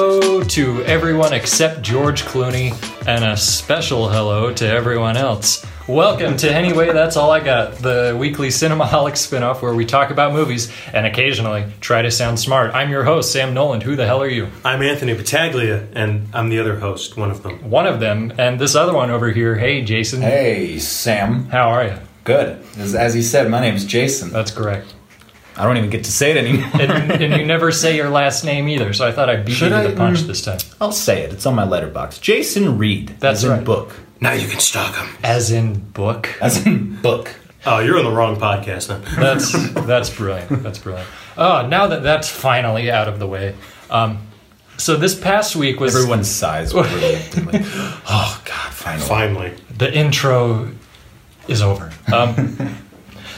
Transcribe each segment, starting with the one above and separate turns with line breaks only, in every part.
to everyone except George Clooney, and a special hello to everyone else. Welcome to Anyway, That's All I Got, the weekly Cinemaholic spinoff where we talk about movies and occasionally try to sound smart. I'm your host, Sam Noland. Who the hell are you?
I'm Anthony Battaglia, and I'm the other host, one of them.
One of them, and this other one over here. Hey, Jason.
Hey, Sam.
How are you?
Good. As, as he said, my name's Jason.
That's correct.
I don't even get to say it anymore.
And, and you never say your last name either, so I thought I beat you
Should
to
I?
the punch
Mm.
this time.
I'll say it. It's on my letterbox. Jason Reed.
That's
as in
right.
book.
Now you can stalk him.
As in book.
As in book.
Oh, you're on the wrong podcast now.
That's that's brilliant. That's brilliant. Oh, now that that's finally out of the way. Um, so this past week was
Everyone's sighs were relieved. I'm like, oh God, finally.
Finally.
the intro is over. Um,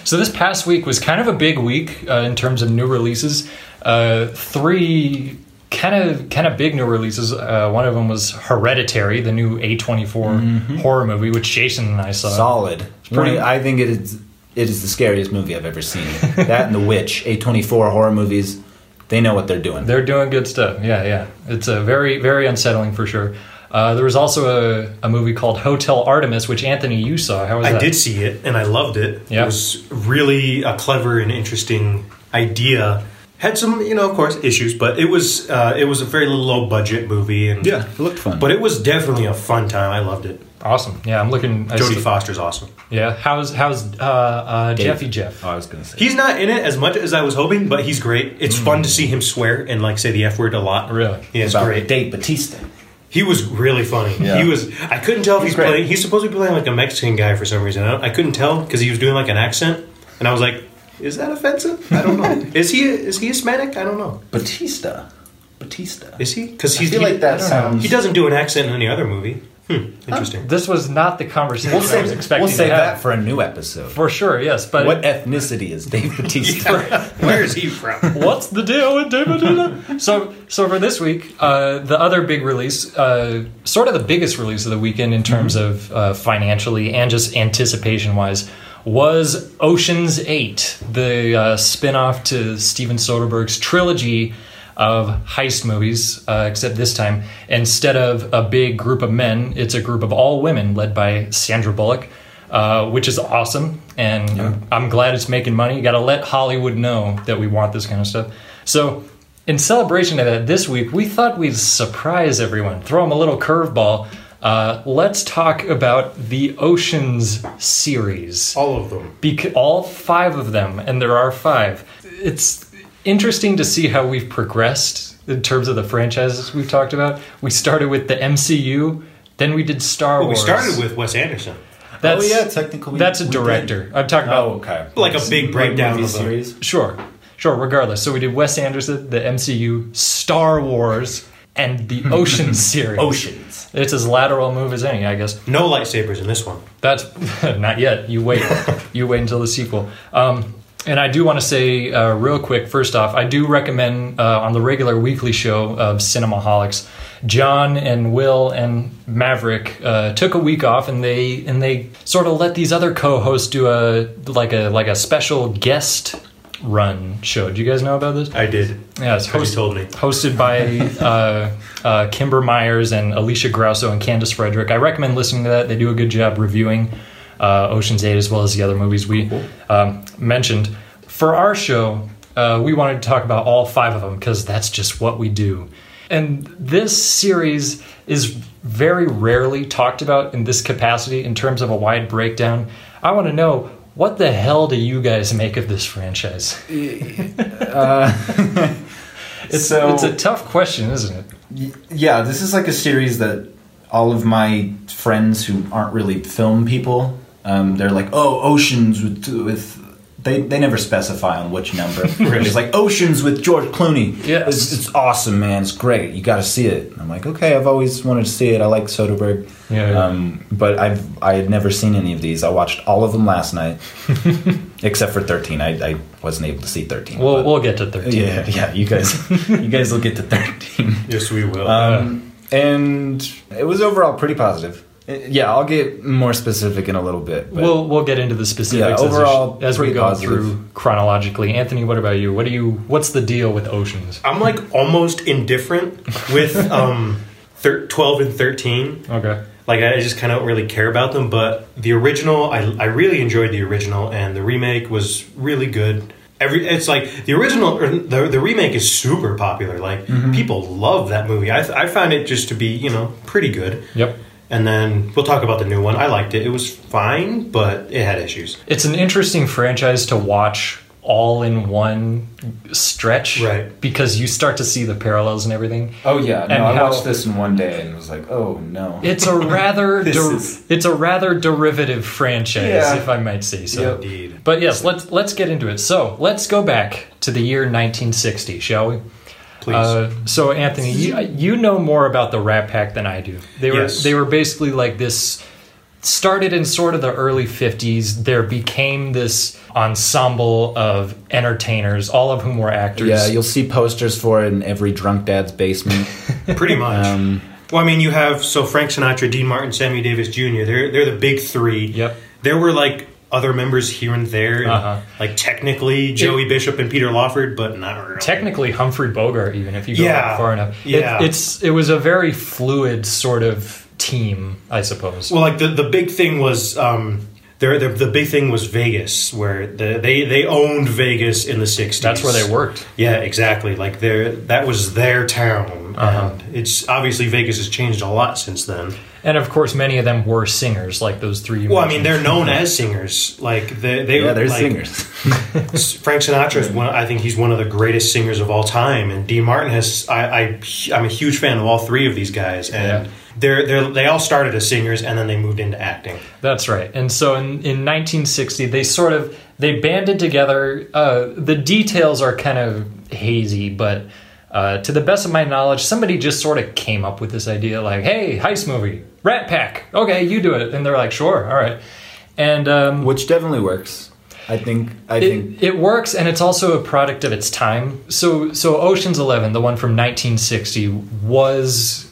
so this past week was kind of a big week uh, in terms of new releases. Uh, three kind of kind of big new releases. Uh, one of them was Hereditary, the new A24 horror movie, which Jason and I saw.
Solid.
pretty-
One of- I think it is. It is the scariest movie I've ever seen. that and The Witch, A24 horror movies, they know what they're doing.
They're doing good stuff. Yeah, yeah. It's a very, very unsettling for sure. Uh, there was also a, a movie called Hotel Artemis, which Anthony you saw. How was
I
that?
did see it, and I loved it.
Yeah.
It was really a clever and interesting idea. Had some, you know, of course, issues, but it was uh, it was a very low budget movie, and
it looked fun.
but it was definitely a fun time. I loved it.
Awesome. Yeah, I'm looking. I
Jodie
see-
Foster's awesome.
Yeah. How's how's uh, uh, Jeffy Jeff?
oh, I was gonna say.
He's not in it as much as I was hoping, but he's great. It's fun to see him swear and like say the f word a lot.
Hmm. Really?
yeah, it's
about
great.
Dave Batista.
He was really funny.
Yeah.
He was. I couldn't tell if he's
great.
playing. He's supposed to be playing like a Mexican guy for some reason. I, I couldn't tell because he was doing like an accent, and I was like, "Is that offensive? I don't know. is he is he Hispanic? I don't know.
Batista. Batista.
Is he? Because
I
he's
feel
he,
like that
I don't know.
sounds.
He doesn't do an accent in any other movie. Hmm. Interesting.
This was not the conversation
We'll
I was
save,
expecting.
we'll save
to have.
that for a new episode.
for sure. Yes, but
What ethnicity is Dave Batista?
Where is he from?
what's the deal with David Dina? so, so for this week, uh, the other big release, uh, sort of the biggest release of the weekend in terms of uh, financially and just anticipation wise, was Ocean's Eight, the uh, spin off to Steven Soderbergh's trilogy of heist movies, uh, except this time, instead of a big group of men, it's a group of all women led by Sandra Bullock. Uh, which is awesome, and I'm glad it's making money. You got to let Hollywood know that we want this kind of stuff. So, in celebration of that, this week we thought we'd surprise everyone, throw them a little curveball. Uh, let's talk about the Oceans series
All of them.
bec- all five of them, and there are five. It's interesting to see how we've progressed in terms of the franchises we've talked about. We started with the MCU, then we did Star
Well, we
Wars.
started with Wes Anderson.
that's,
Oh, yeah, technically we-
that's a
we
director. I'm talking about
Oh, okay.
Like a big breakdown
movie
of a-
series.
sure, sure. Regardless, so we did Wes Anderson, the MCU, Star Wars, and the Ocean series.
Oceans.
It's as lateral a move as any, I guess.
No lightsabers in this one.
That's not yet. You wait. you wait until the sequel. Um, and I do want to say uh, real quick. First off, I do recommend uh, on the regular weekly show of Cinemaholics, John and Will and Maverick uh, took a week off, and they and they sort of let these other co-hosts do a like a like a special guest run show. Do you guys know about this?
I did.
Yeah, it's
Because
hosted,
you told me.
hosted by uh, uh, Kimber Myers and Alicia Grauso and Candace Frederick. I recommend listening to that. They do a good job reviewing uh, Ocean's Eight as well as the other movies we um, mentioned. For our show, uh, we wanted to talk about all five of them because that's just what we do. And this series is very rarely talked about in this capacity in terms of a wide breakdown. I want to know what the hell do you guys make of this franchise? It's,
So-
it's a tough question, isn't it?
Y- Yeah, this is like a series that all of my friends who aren't really film people, um, they're like, oh, Oceans with with. They, they never specify on which number. It's like Oceans with George Clooney.
Yes.
It's, it's awesome, man. It's great. You got to see it. And I'm like, okay, I've always wanted to see it. I like Soderbergh.
Yeah, yeah.
Um, but I've I had never seen any of these. I watched all of them last night, except for 13. I, I wasn't able to see 13.
We'll,
but-
we'll get to 13.
yeah, yeah. You guys, you guys will get to 13.
Yes, we will.
Um, and it was overall pretty positive.
Uh, Yeah, I'll get more specific in a little bit. But
We'll we'll get into the specifics
Yeah,
as we-
overall,
as, we
pretty
go
positive.
through chronologically. Anthony, what about you? What do you? What's the deal with oceans?
I'm like almost indifferent with um, thir- 12 and 13.
Okay.
Like I just kind of don't really care about them. But the original, I, I really enjoyed the original, and the remake was really good. Every it's like the original or the the remake is super popular. Like
Mm-hmm.
people love that movie. I I found it just to be you know pretty good.
Yep.
And then we'll talk about the new one. I liked it. It was fine, but it had issues.
It's an interesting franchise to watch all in one stretch,
Right.
Because you start to see the parallels and everything.
oh yeah, no,
And
I
how-
watched this in one day and was like, oh no.
It's a rather
This
der-
is-
it's a rather derivative franchise,
Yeah.
if I might say so.
Yep.
Indeed.
But yes, let's let's get into it. So let's go back to the year 1960, shall we?
Please.
Uh, so Anthony, you, you know more about the Rat Pack than I do. They were
Yes.
they were basically like this. Started in sort of the early '50s, there became this ensemble of entertainers, all of whom were actors.
yeah, you'll see posters for it in every drunk dad's basement.
Pretty much.
Um,
well, I mean, you have so Frank Sinatra, Dean Martin, Sammy Davis Jr. They're they're the big three.
Yep.
There were like other members here and there, and,
Uh-huh.
like technically Joey Bishop and Peter Lawford, but not really.
technically Humphrey Bogart, even if you go
Yeah.
back far enough. It-
Yeah.
it's it was a very fluid sort of team, I suppose.
well, like the, the big thing was um, there. The, the big thing was Vegas, where the, they they owned Vegas in the '60s.
That's where they worked.
Yeah, exactly. Like their that was their town,
Uh-huh.
and it's obviously Vegas has changed a lot since then.
And of course, many of them were singers, like those three. you
Well, I mean,
mentioned.
they're known as singers. Like they, they
yeah, they're
like,
singers.
Frank Sinatra is one. I think he's one of the greatest singers of all time, and Dean Martin has. I, I I'm a huge fan of all three of these guys, and
Yeah.
they're they're they all started as singers, and then they moved into acting.
That's right. And so in, in 1960, they sort of they banded together. Uh, the details are kind of hazy, but uh, to the best of my knowledge, somebody just sort of came up with this idea, like, "Hey, heist movie, Rat Pack. Okay, you do it." And they're like, "Sure, all right." And um,
Which definitely works. I think. I think.
it, it works and it's also a product of its time so so oceans 11 the one from 1960 was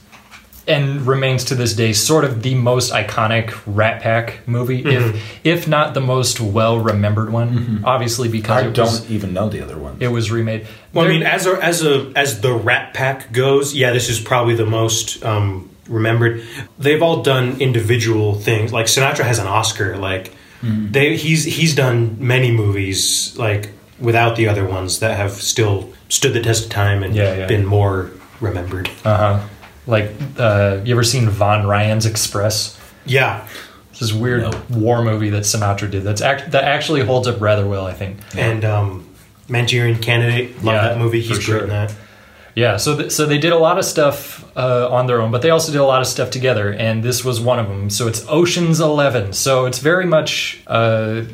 and remains to this day sort of the most iconic rat pack movie
Mm-hmm.
if if not the most well remembered one obviously because
I
it
don't
was
even know the other ones.
it was remade
Well, I
There-
mean, as a, as a as the Rat Pack goes, yeah, this is probably the most um, remembered. They've all done individual things. Like Sinatra has an Oscar. Like
Mm-hmm.
they he's he's done many movies like without the other ones that have still stood the test of time and
Yeah, yeah.
been more remembered.
uh-huh like uh you ever seen von ryan's express
yeah,
this is weird
No.
war movie that sinatra did that's act that actually holds up rather well i think
and um, Manchurian Candidate, love
Yeah,
that movie. He's
for
great
sure.
in that.
Yeah, so th- so they did a lot of stuff uh, on their own, but they also did a lot of stuff together, and this was one of them. So it's Ocean's Eleven. So it's very much. Uh,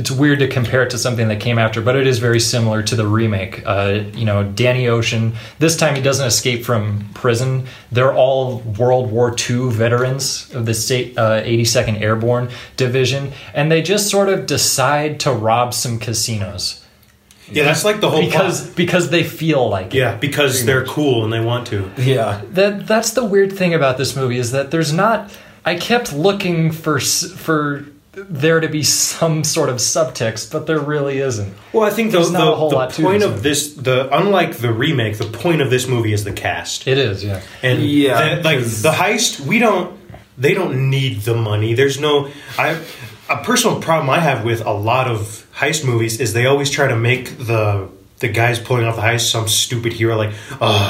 it's weird to compare it to something that came after, but it is very similar to the remake. Uh, you know, Danny Ocean. This time he doesn't escape from prison. They're all World War II veterans of the state uh, 82nd Airborne Division, and they just sort of decide to rob some casinos
Yeah, that's like the whole plot.
because because they feel like it.
yeah, because they're cool and they want to.
yeah.
that that's the weird thing about this movie is that there's not I kept looking for s- for there to be some sort of subtext, but there really isn't.
Well, I think the,
There's not
the-
a whole
the
lot to
point
this
of this, the unlike the remake, the point of this movie is the cast.
It is, yeah.
And
Yeah,
the- like
'cause-
the heist, we don't. They don't need the money. There's no. I a personal problem I have with a lot of heist movies is they always try to make the the guys pulling off the heist some stupid hero like. uh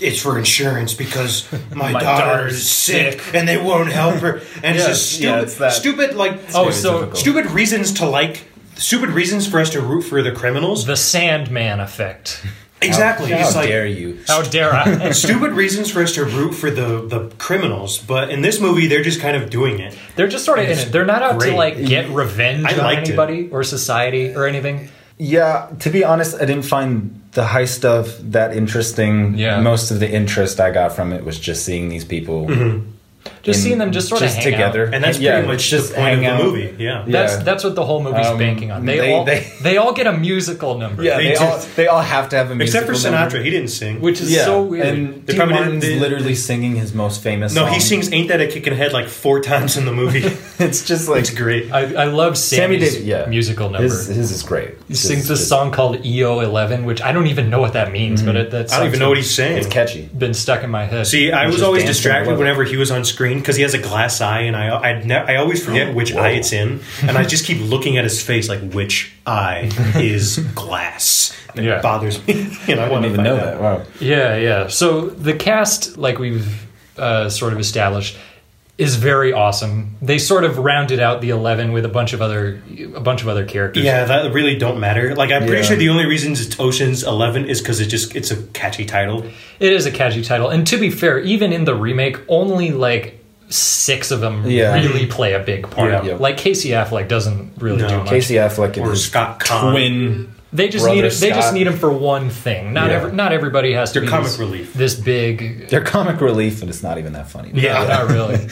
it's for insurance because my,
My
daughter
daughter's
is sick and they won't help her. And
Yeah,
it's just stupid,
yeah, it's that.
stupid like
Oh, so-
stupid reasons to like, stupid reasons for us to root for the criminals.
The Sandman effect.
Exactly.
How,
it's like
dare you?
How dare I?
stupid reasons for us to root for the, the criminals, but in this movie they're just kind of doing it.
They're just sort of in it. They're not out to
Great.
like get revenge
I
on
liked it.
anybody or society or anything.
Yeah. To be honest, I didn't find the high stuff that interesting.
Yeah.
Mm-hmm. Most of the interest I got from it was just seeing these people
Just
in-
seeing them just sort of
just
hang out.
together,
And that's
Yeah,
pretty much
just
the point of
hang out.
the movie. Yeah.
Yeah.
That's that's what the whole movie's
Um,
banking on. They,
they-
all
they-
they, all get a musical number.
Yeah,
They
they,
do.
all they all have to have a
Except for
musical
Sinatra,
number.
he didn't sing.
which is
Yeah,
so weird.
And
They
Dean
probably didn't-
Martin's
they-
literally singing his most famous.
no, he
song.
sings "Ain't That a Kickin' Head" like four times in the movie.
It's just like
it's great.
I, I love
Sammy
Sammy's
Davis. Yeah,
musical number.
His, his is great.
he sings this song called EO Eleven, which I don't even know what that means, but it, that
Mm-hmm. I don't even know what he's saying.
It's catchy.
been stuck in my head.
See, I
He's
was
just
always
dancing
distracted
away.
whenever he was on screen because he has a glass eye, and I I'd ne- I always
Oh,
forget which eye it's in, and I just keep looking at his face like which eye is glass. And
Yeah.
It bothers me, and I
I
want
didn't
to
even
find
know
out.
that. Wow.
Yeah, yeah. So the cast, like we've uh, sort of established, is very awesome. They sort of rounded out the eleven with a bunch of other a bunch of other characters.
Yeah, that really don't matter. Like, I'm pretty
Yeah.
sure the only reason it's Ocean's Eleven is because it just it's a catchy title.
It is a catchy title, and to be fair, even in the remake, only like six of them
Yeah.
really play a big part.
Yeah. Yeah.
Like Casey Affleck doesn't really
No.
do much.
Casey Affleck and
Or
his
Scott Kahn.
twin.
they just
Brother
need they just
Scott.
need him for one thing. Not
Yeah.
every, not everybody has to
They're
be
comic
this,
relief.
this big
They're comic relief, and it's not even that funny.
Yeah, not really.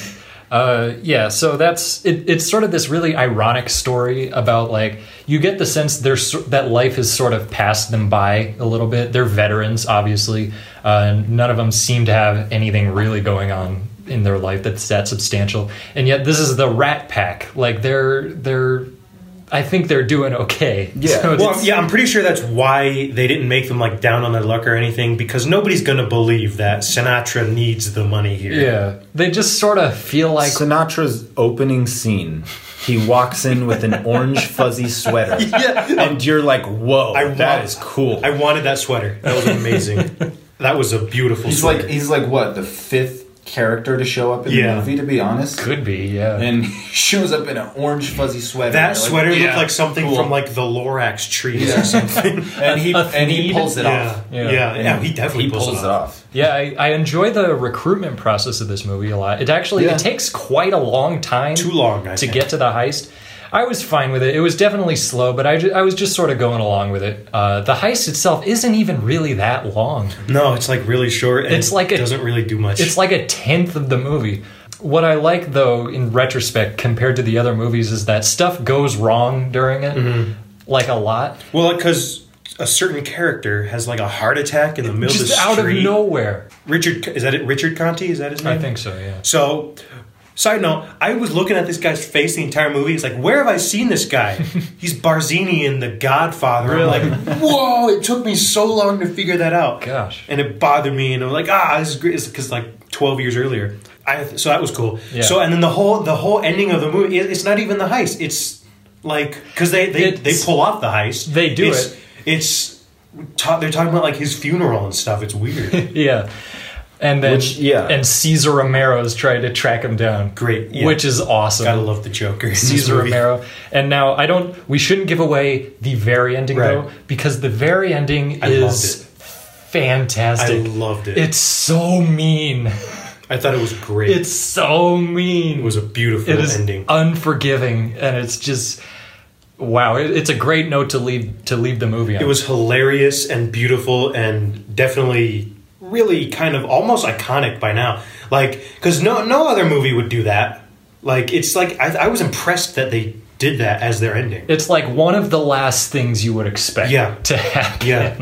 Uh, yeah, so that's it, it's sort of this really ironic story about like you get the sense there's that life has sort of passed them by a little bit. They're veterans, obviously, uh, and none of them seem to have anything really going on in their life that's that substantial. And yet, this is the Rat Pack. Like they're they're, I think they're doing okay.
Yeah.
So
Well,
it's-
yeah, I'm pretty sure that's why they didn't make them like down on their luck or anything because nobody's gonna believe that Sinatra needs the money here.
yeah. They just sort of feel like
Sinatra's opening scene, he walks in with an orange fuzzy sweater, and you're like, "Whoa, that
I
is
want-
cool."
I wanted that sweater. That was amazing. that was a beautiful
he's
sweater.
like, he's like, what the fifth character to show up in
Yeah.
the movie, to be honest.
could be. Yeah.
And he shows up in an orange fuzzy sweater.
that
You're like,
sweater
yeah,
looked like something
cool.
from like the Lorax trees
Yeah.
or something.
and he
A- a
and he
thneed?
pulls it
Yeah.
off.
Yeah.
Yeah. yeah, he definitely
He pulls it off.
Yeah, I, I enjoy the recruitment process of this movie a lot. It actually
Yeah.
it takes quite a long time,
Too long, I
to
think.
get to the heist. I was fine with it. It was definitely slow, but I, ju- I was just sort of going along with it. Uh, the heist itself isn't even really that long.
No, it's like really short. And
It's
it's
like
like
a-
it doesn't really do much.
It's like a tenth of the movie. What I like, though, in retrospect, compared to the other movies, is that stuff goes wrong during it,
Mm-hmm.
like a lot,
Well, because a certain character has like a heart attack in the middle of
just
the
out of
street.
nowhere.
Richard is that it? Richard Conti is that his
I
name?
think so. Yeah.
So, side note, I was looking at this guy's face the entire movie. It's like, where have I seen this guy? He's Barzini in The Godfather. I'm like, whoa! It took me so long to figure that out.
Gosh.
And it bothered me, and I'm like, ah, this is great. Because like 12 years earlier, I so that was cool.
Yeah.
So and then the whole the whole ending of the movie, it, it's not even the heist. It's like because they they, they
It's-
pull off the heist.
They do
it's,
it.
It's ta- they're talking about like his funeral and stuff. It's weird.
Yeah. And then
Which- yeah.
and Caesar Romero's trying to track him down.
Great, yeah.
Which is awesome.
Gotta love the Joker. in this
Caesar
movie.
Romero. And now I don't we shouldn't give away the very ending
Right.
though because the very ending
I loved
is
it. I
fantastic.
loved it.
It's so mean.
I thought it was great.
It's so mean.
It was a beautiful
it is
ending.
unforgiving and it's just wow, it, it's a great note to leave to leave the movie on.
it was hilarious and beautiful and definitely really kind of almost iconic by now. Like, because no, no other movie would do that. Like, it's like, I, I was impressed that they did that as their ending.
it's like one of the last things you would expect
Yeah.
to happen.
Yeah.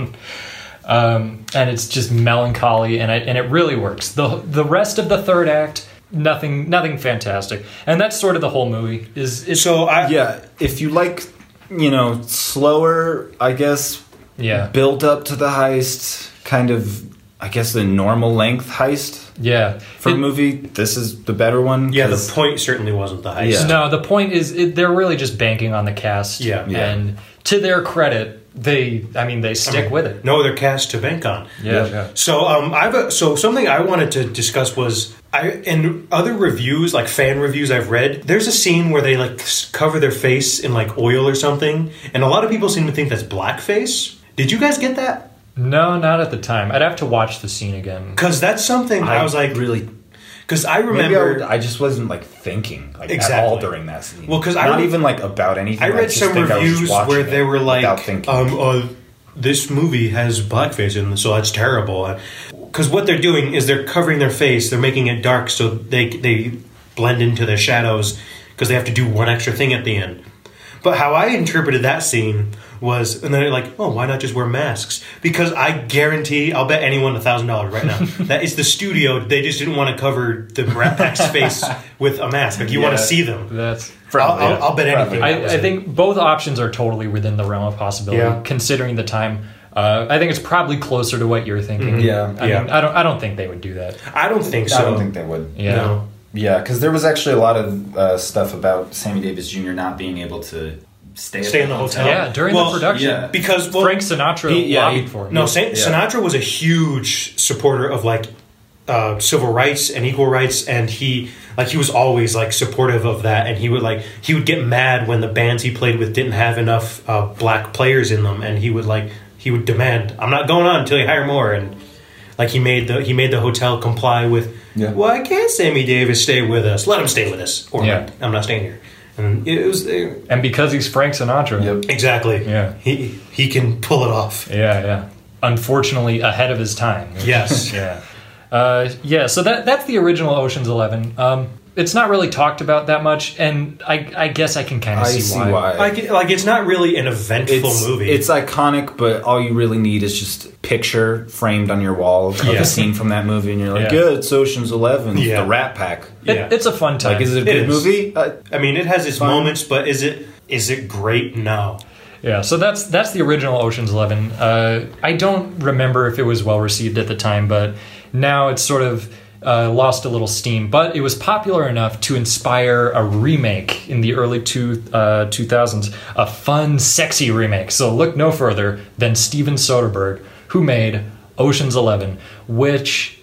Um, and it's just melancholy, and I, and it really works. the The rest of the third act, nothing, nothing fantastic, and that's sort of the whole movie. Is it's,
So, I,
Yeah, if you like, you know, slower, I guess,
yeah,
built up to the heist, kind of, I guess, the normal length heist
yeah.
for a
It-
movie. This is the better one.
yeah,
'cause
the point certainly wasn't the heist.
Yeah.
No, the point is it, they're really just banking on the cast.
Yeah.
Yeah.
and to their credit, they, I mean, they stick with it.
No other cast to bank on.
Yeah,
Yeah.
yeah.
So um, I've uh, so something I wanted to discuss was I in other reviews like fan reviews I've read. There's a scene where they like s- cover their face in like oil or something, and a lot of people seem to think that's blackface. Did you guys get that?
No, not at the time. I'd have to watch the scene again.
Because that's something I, was like,
really.
because I
Maybe I, would,
remember. I,
I just wasn't like thinking like at
Exactly.
all during that scene.
Well, 'cause I
not
re-
even like about anything.
read
just
some
think I was just
reviews
watching
where
it
they were like,
without thinking.
um, uh, this movie has blackface in it, so that's terrible. Because what they're doing is they're covering their face, they're making it dark so they they blend into their shadows because they have to do one extra thing at the end. But how I interpreted that scene was, and then they're like, oh, why not just wear masks? Because I guarantee, I'll bet anyone a thousand dollars right now that it's the studio. They just didn't want to cover the Rat Pack's face with a mask. Like you want
Yeah.
to see them.
That's.
I'll,
Probably,
I'll,
yeah.
I'll bet anything.
I, I think both options are totally within the realm of possibility,
Yeah.
considering the time. Uh, I think it's probably closer to what you're thinking.
Yeah.
I
Mm-hmm. Yeah.
mean, I don't. I don't think they would do that.
I don't think so.
I don't think they would.
Yeah.
No.
Yeah, because there was actually a lot of uh, stuff about Sammy Davis Jr. not being able to stay
Stay in the hotel.
Yeah, during
Well,
the production,
yeah.
Because well,
Frank Sinatra
He- yeah,
lobbied
he-
for him.
No, Sa-
Yeah.
Sinatra was a huge supporter of like uh, civil rights and equal rights, and he like he was always like supportive of that. And he would like he would get mad when the bands he played with didn't have enough uh, black players in them, and he would like he would demand, "I'm not going on until you hire more." And like he made the he made the hotel comply with,
Yeah.
"Why can't Sammy Davis stay with us? Let him stay with us, or
Yeah.
I'm not staying here." And it was it,
and because he's Frank Sinatra.
Yep.
exactly
Yeah.
he he can pull it off.
Yeah, yeah. Unfortunately, ahead of his time.
Yes.
yeah. Uh, yeah, so that that's the original Ocean's Eleven. Um, it's not really talked about that much, and I, I guess I can kind
I
of see,
see why.
like it- like it's not really an eventful
it's,
movie.
It's iconic, but all you really need is just a picture framed on your wall of
Yeah.
a scene from that movie, and you're like,
Yeah.
yeah, it's Ocean's Eleven,
Yeah.
the Rat Pack.
It,
yeah.
It's a fun time.
Like, is it a
It
good
is.
movie? Uh,
I mean, it has its
Fun.
moments, but is it is it great? No.
yeah, so that's that's the original Ocean's Eleven. Uh, I don't remember if it was well received at the time, but now it's sort of uh, lost a little steam. But it was popular enough to inspire a remake in the early two uh, 2000s, a fun, sexy remake. So look no further than Steven Soderbergh, who made Ocean's Eleven, which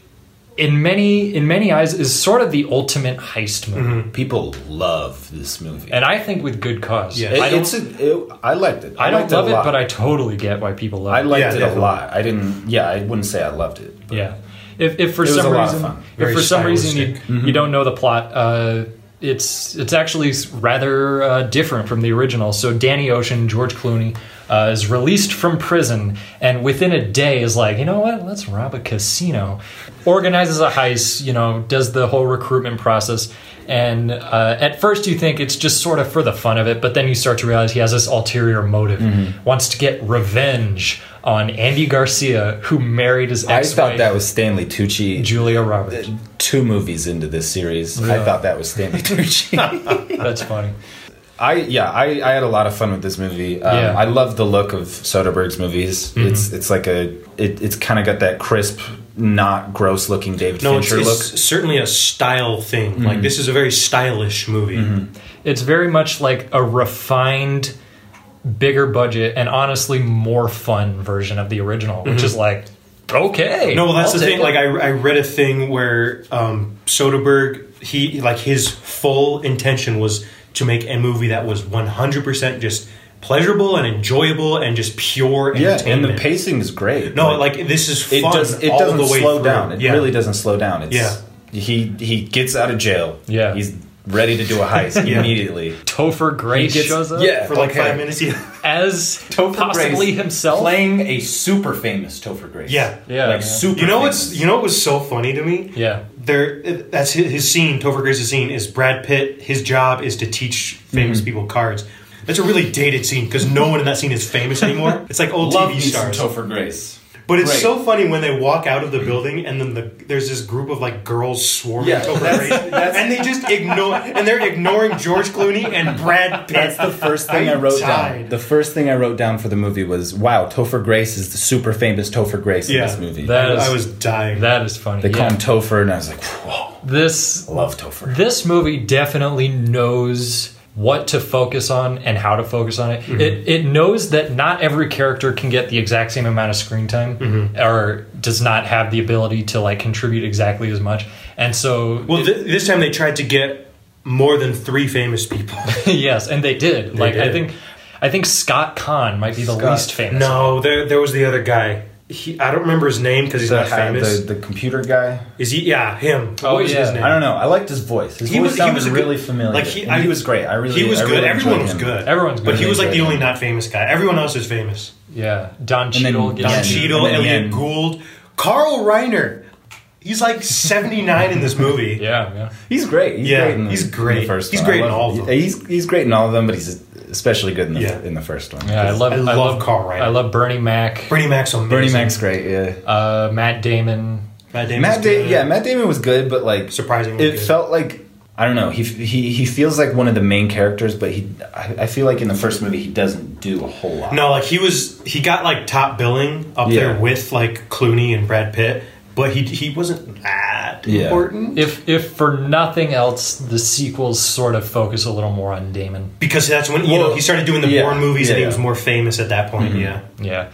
in many in many eyes is sort of the ultimate heist movie,
Mm-hmm. people love this movie.
and I think with good cause.
Yeah.
It-
I don't-
it's a, it, I liked it.
I don't
liked a
love it,
lot.
but I totally get why people love
I
it.
liked
Yeah,
it
definitely.
a lot. I didn't. Yeah, I wouldn't say I loved it. but-
Yeah. If, if for
was
some
a lot of
reason,
fun.
if
Very
for some reason you,
stylistic.
you don't know the plot, uh, it's it's actually s- rather uh, different from the original. So Danny Ocean, George Clooney, uh, is released from prison, and within a day is like, you know what? Let's rob a casino. Organizes a heist. You know, does the whole recruitment process. And uh, at first, you think it's just sort of for the fun of it, but then you start to realize he has this ulterior motive.
Mm-hmm.
Wants to get revenge on Andy Garcia, who married his
I
ex-wife.
thought that was Stanley Tucci.
Julia Roberts.
Two movies into this series, I thought that was Stanley Tucci.
That's funny.
I yeah, I, I had a lot of fun with this movie. Um,
Yeah.
I love the look of Soderbergh's movies.
Mm-hmm.
It's it's like a it, it's kind of got that crisp, not gross looking David
No, it's,
Fincher look. Mm-hmm.
it's certainly a style thing. Like this is a very stylish movie.
It's very much like a refined, bigger budget, and honestly more fun version of the original, which is like, okay.
Mm-hmm. No, well, that's
I'll
the
take
thing.
it.
Like I, I read a thing where um, Soderbergh, he like his full intention was to make a movie that was one hundred percent just pleasurable and enjoyable and just pure
yeah, and
entertainment.
the pacing is great.
No, like this is fun.
it does it
all
doesn't
the way
slow
through.
down. It
Yeah.
really doesn't slow down. It's he he gets out of jail.
Yeah.
he's ready to do a heist
Yeah.
immediately.
Topher Grace
He gets-
shows up
yeah.
for like
Okay.
five minutes. Yeah,
as possibly
Grace
himself.
playing a super famous Topher Grace.
yeah.
Yeah,
like
yeah.
super.
You know
famous.
what's you know what was so funny to me?
Yeah.
there that's his, his scene Topher Grace's scene is Brad Pitt his job is to teach famous
Mm-hmm.
people cards that's a really dated scene because no one in that scene is famous anymore it's like old
love
TV
me some
stars
Topher Grace.
but it's
Great.
so funny when they walk out of the building and then the, there's this group of like girls swarming
Yeah,
Topher
that's-
Grace and they just ignore and they're ignoring George Clooney and Brad Pitt
That's the first thing I,
I'm
wrote
tired.
down. The first thing I wrote down for the movie was, "Wow, Topher Grace is the super famous Topher Grace
Yeah.
in this movie."
That is,
I was dying
that is funny.
they call
yeah.
him Topher, and I was like, "Whoa,
this
love Topher."
this movie definitely knows what to focus on and how to focus on it.
Mm-hmm.
It it knows that not every character can get the exact same amount of screen time
Mm-hmm.
or does not have the ability to like contribute exactly as much. And so
well th- this time they tried to get more than three famous people
yes, and they did. like I
did.
think I think Scott Kahn might be the least famous.
No, there there was the other guy. He, I don't remember his name because he's
The,
not famous.
the, the computer guy.
is he? Yeah, him.
Oh,
what was
yeah.
his name?
I don't know. I liked his voice. His
He
voice
was- he
sounded
was a good-
really familiar.
like, he-
And he
I-
was great. I really
He was
I
good.
really
Everyone
enjoyed
was
him.
good.
Everyone's
but
good.
he was like the
Enjoyed
only
him.
not famous guy. Everyone else is famous.
Yeah, Don
then
Cheadle.
Don
Don
gets-
Cheadle.
Cheadle,
and then-
Elliot Gould, Carl Reiner. He's like 79 in this movie.
Yeah, yeah.
He's great. He's
Yeah,
great in the,
he's great.
in the first
He's
one.
great
I
in
love
all of
him.
them.
He's he's great in all of them, but he's especially good in the
Yeah.
in the first one.
Yeah, I love,
I
I
love
love,
Carl Reiner.
I love Bernie Mac,
Bernie Mac's amazing.
Bernie Mac's great. Yeah.
uh, Matt Damon.
Matt Damon's
Matt da-
good.
yeah, Matt Damon was good, but like
Surprisingly
it
good.
felt like I don't know. He he he feels like one of the main characters, but he I, I feel like in the first movie he doesn't do a whole lot.
No, like he was, he got like top billing up
Yeah.
there with like Clooney and Brad Pitt, but he he wasn't that
Yeah.
important
If if for nothing else, the sequels sort of focus a little more on Damon.
because that's when you know
Well,
he started doing the
yeah,
Bourne movies and
yeah,
he was
yeah. Mm-hmm.
more famous at that point. Yeah,
Yeah,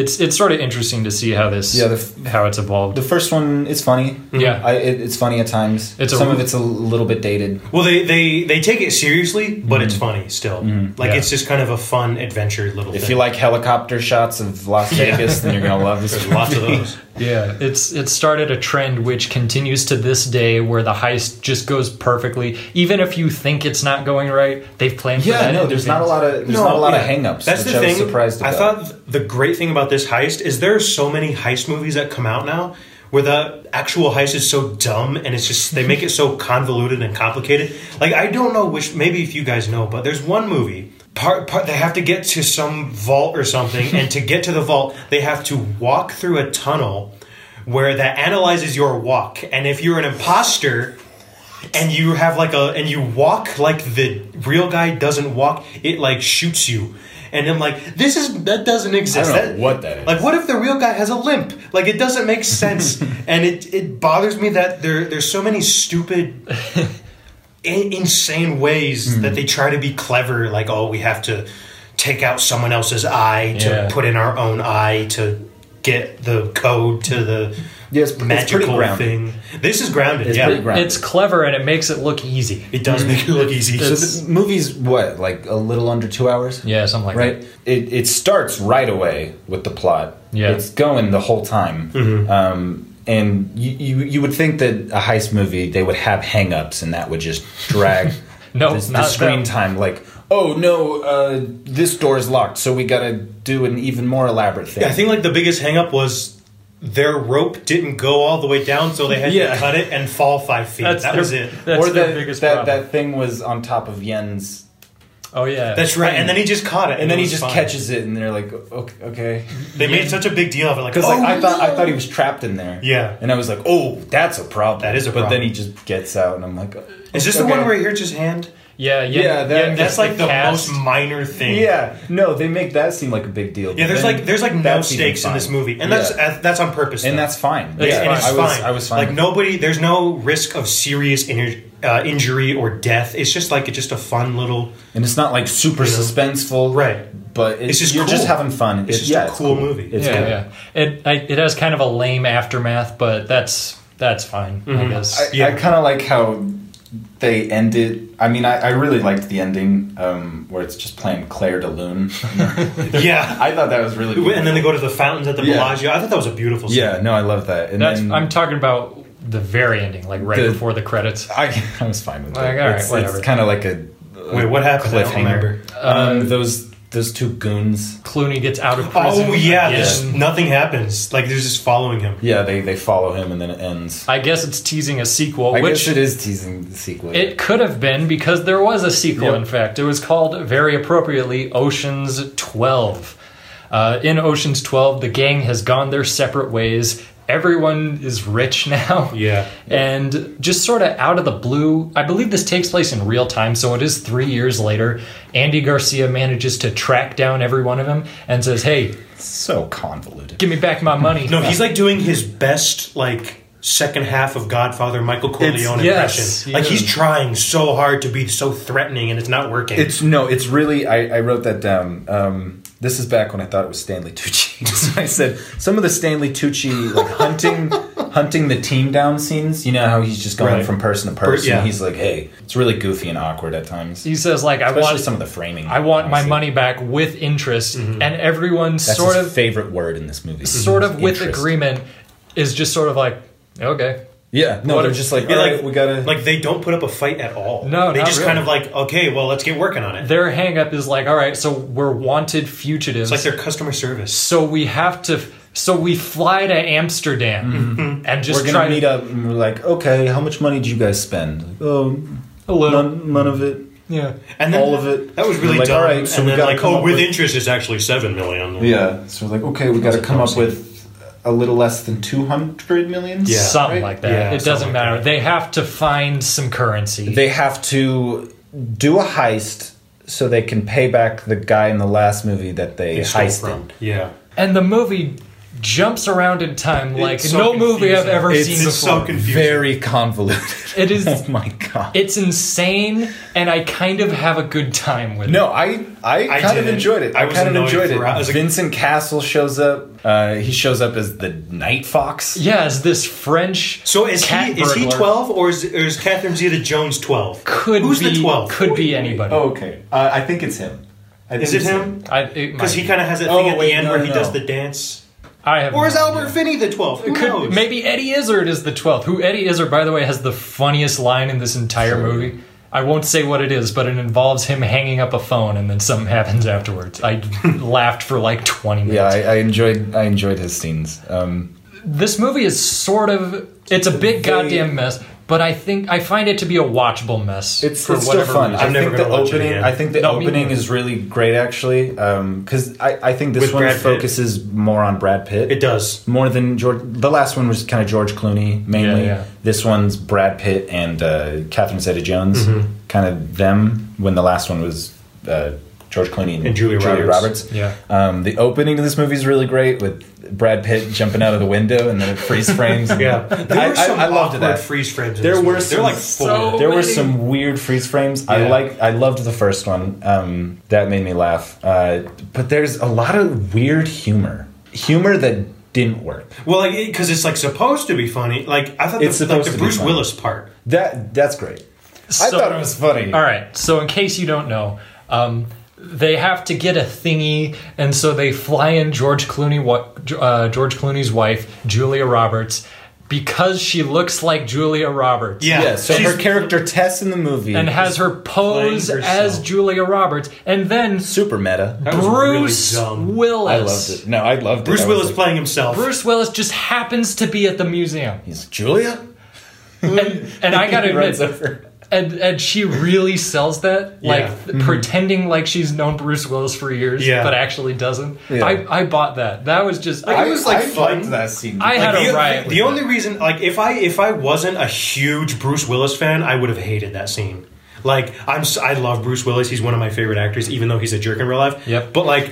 it's it's sort of interesting to see how this
Yeah, the f-
how it's evolved.
The first one is funny.
Yeah.
I, it, it's funny at times.
It's a-
Some of it's a little bit dated.
Well, they they they take it seriously, but
Mm-hmm.
it's funny still. Like
Yeah.
it's just kind of a fun adventure little.
If
thing.
you like helicopter shots of Las Vegas, then you're gonna love this.
there's lots of those.
yeah, it's it started a trend which continues to this day where the heist just goes perfectly, even if you think it's not going right. They've planned. for
Yeah,
that
no,
in
there's not a
advance.
lot of there's not a lot of
yeah.
hangups.
That's
which
the
I
thing.
was surprised about.
I thought th- the great thing about this heist is there are so many heist movies that come out now where the actual heist is so dumb and it's just they make it so convoluted and complicated. Like I don't know which maybe if you guys know, but there's one movie. Part, part they have to get to some vault or something and to get to the vault they have to walk through a tunnel where that analyzes your walk and if you're an imposter and you have like a and you walk like the real guy doesn't walk it like shoots you and i'm like this is that doesn't exist
know
that,
what that is.
like what if the real guy has a limp like it doesn't make sense and it it bothers me that there there's so many stupid in, insane ways
Hmm.
that they try to be clever like oh we have to take out someone else's eye to
Yeah.
put in our own eye to get the code to the
Yeah, it's- it's pretty
magical
grounded.
thing this is grounded
It's
yeah
pretty grounded.
It's clever and it makes it look easy.
it does make it look easy.
So
It's-
the movie's what, like a little under two hours?
Yeah, something like
Right? It, it starts right away with the plot.
Yeah. Mm-hmm.
It's going the whole time. Um, and you, you, you would think that a heist movie, they would have hang ups and that would just drag
No,
the, the
not them.
screen time. Like, oh no, uh, this door's locked, so we gotta do an even more elaborate thing.
I think like the biggest hangup was their rope didn't go all the way down, so they had
Yeah.
to cut it and fall five feet.
That's
that
their-
was it.
That's
or
their
that-
biggest
that,
problem.
that thing was on top of Yen's.
Oh yeah,
That's right. And then he just caught it,
And then
it
he
was
just
fine.
catches it, and they're like, okay. okay.
They made such a big deal of it, like, oh,
Because like I
no.
thought I thought he was trapped in there.
Yeah.
And I was like, oh, that's a problem.
That is a
But
problem.
then he just gets out, and I'm like, oh,
is this the
okay.
one where he hurts his hand?
yeah, yeah,
Yeah, that-
yeah,
That's
that's
just
like the
cast.
most minor thing.
Yeah. No, they make that seem like a big deal.
Yeah, there's
Then
like there's like no
that's even
stakes in
fine.
this movie, and
Yeah.
that's uh, that's on purpose.
and
though.
that's fine.
It's
yeah,
and it's
I was
fine.
I was fine.
Like nobody, there's no risk of serious inj- uh, injury or death. It's just like it's just a fun little.
and it's not like super
You know?
suspenseful,
Right.
But it's,
It's just
you're
cool.
just having fun.
It's just
yeah,
a
it's
cool movie.
It's
yeah,
good.
yeah. It I, it has kind of a lame aftermath, but that's that's fine.
Mm-hmm.
I guess.
I,
Yeah.
I kind of like how they end it. I mean, I, I really liked the ending um, where it's just playing Claire de Lune.
Yeah.
I thought that was really. Cool.
And then they go to the fountains at the
Yeah.
Bellagio. I thought that was a beautiful scene.
yeah, no, I love that. And
that's,
then,
I'm talking about the very ending, like right
The-
before the credits.
I, I was fine with
Like,
it.
all right,
it's
whatever.
kind of like a, a
Wait, what happened? I don't remember.
cliffhanger. Um, those those two goons.
Clooney gets out of prison.
Oh yeah,
again.
there's nothing happens. Like they're just following him.
Yeah, they they follow him and then it ends.
I guess it's teasing a sequel,
I
which
guess it is teasing the sequel.
it could have been because there was a sequel.
Yep.
In fact, it was called very appropriately Ocean's Twelve. Uh, in Ocean's Twelve, the gang has gone their separate ways. Everyone is rich now.
Yeah.
And just sort of out of the blue, I believe this takes place in real time, so it is three years later. Andy Garcia manages to track down every one of them and says, Hey,
It's so convoluted.
give me back my money.
No, he's like doing his best, like second half of Godfather Michael Corleone impression.
yes,
like
yeah.
he's trying so hard to be so threatening, and it's not working.
It's no, it's really. I, I wrote that down. Um, this is back when I thought it was Stanley Tucci. so I said some of the Stanley Tucci like hunting hunting the team down scenes. You know how he's just going
Right.
from person to person.
yeah.
He's like, hey, it's really goofy and awkward at times.
He says, like, I
Especially
want
some of the framing.
I want my
honestly. Mm-hmm.
money back with interest, and everyone
That's
sort
his
of
Mm-hmm.
favorite word in this movie.
sort of with
Interest.
agreement is just sort of like, okay.
Yeah, no,
What
they're
if-
just like,
yeah,
all right, we gotta.
like they don't put up a fight at all.
No,
they
not
just kind of
really.
like okay, well, let's get working on it.
Their hangup is like, all right, so we're wanted fugitives.
it's like their customer service.
so we have to. So we fly to Amsterdam
Mm-hmm.
and just
We're
try
gonna meet up and we're like, okay, how much money did you guys spend? Like, oh,
a little.
none, none of it.
Yeah.
And then
all of it.
That was
And they're
really
like,
dumb.
all right, so
and
we
then
gotta
like,
come
oh,
up
with,
with-
interest, it's actually seven million.
Yeah. So we're like, okay, we got to come up with a little less than two hundred million.
Yeah.
right?
something like that.
Yeah,
it doesn't
something like
matter.
that.
They have to find some currency.
they have to do a heist so they can pay back the guy in the last movie that they,
They stole
heisted.
from. Yeah.
and the movie jumps around in time like
It's so
no movie I've
confusing.
ever
It's
seen
It's
before.
so confusing.
Very convoluted.
It is-
Oh my god.
it's insane, and I kind of have a good time with it.
no, I I,
I
kind of
didn't.
enjoyed it.
I
I,
was
kind of
annoyed
enjoyed it.
throughout. I was like-
Vincent Castle shows up. Uh, he shows up as the Night Fox.
Yeah, is this French?
So is
cat
he is he
burglar
twelve or is, or is Catherine Zeta Jones twelve?
Could
Who's
be,
the twelve?
Could be anybody.
Oh, okay. Uh, I think it's him. I
Is it
think it's
him?
I, it might
Because he
be.
kind of has that thing
Oh,
at the
wait,
end
no,
where
no,
he
no.
does the dance.
I have
Or is
no
Albert
idea.
Finney the twelfth? Who
Could-
knows?
maybe Eddie Izzard is the twelfth. Who Eddie Izzard, by the way, has the funniest line in this entire movie. I won't say what it is, but it involves him hanging up a phone and then something happens afterwards. I laughed for like twenty minutes.
Yeah, I, I enjoyed I enjoyed his scenes. Um,
this movie is sort of it's a big goddamn mess, but I think I find it to be a watchable mess.
it's it's still fun.
reason.
I
never
think the
gonna watch it
opening
again.
I think the
No, me
opening
neither.
is really great actually because I, I think this
With
one
Brad Pitt.
focuses more on Brad Pitt.
it does.
more than George. The last one was kind of George Clooney mainly.
Yeah, yeah.
This one's Brad Pitt and uh, Catherine Zeta-Jones,
Mm-hmm.
kind of them. When the last one was uh, George Clooney and,
And Julia Roberts.
Yeah.
Um, the opening to this movie is really great with Brad Pitt jumping out of the window and then it freeze frames. and-
Yeah, there
I,
were some
I, I loved
awkward
that.
freeze frames. in
There
this
were
movie.
some
They're like
so-
four.
there were
many-
some weird freeze frames. I
Yeah.
like. I loved the first one. Um, that made me laugh. Uh, but there's a lot of weird humor, humor that didn't work.
Well, like because it's like supposed to be funny. Like I thought
It's
the, like
supposed
the
to be
Bruce
funny.
Willis part.
That that's great. I
So-
thought it was funny.
All right. So, in case you don't know, um, they have to get a thingy, and so they fly in George Clooney, wa- uh, George Clooney's wife, Julia Roberts, because she looks like Julia Roberts.
Yeah,
Yeah. So
she's-
her character Tess in the movie
And has her pose
Playing
as
herself.
Julia Roberts, and then
super meta.
that was really
Bruce
dumb.
Willis.
I loved it. No, I loved it.
Bruce
I was
Willis
Like,
playing himself.
Bruce Willis just happens to be at the museum,
He's Julia.
and, and I gotta
He runs
admit,
over.
and and she really sells that like
Yeah. Mm-hmm.
th- pretending like she's known Bruce Willis for years
Yeah.
but actually doesn't
Yeah.
I, I bought that that was just
Like,
I,
it was like
I
fun.
liked that scene.
I had
the,
a riot with
the only reason, like, if I if I wasn't a huge Bruce Willis fan, I would have hated that scene. Like, I'm s- I love Bruce Willis. He's one of my favorite actors, even though he's a jerk in real life.
Yep.
But like,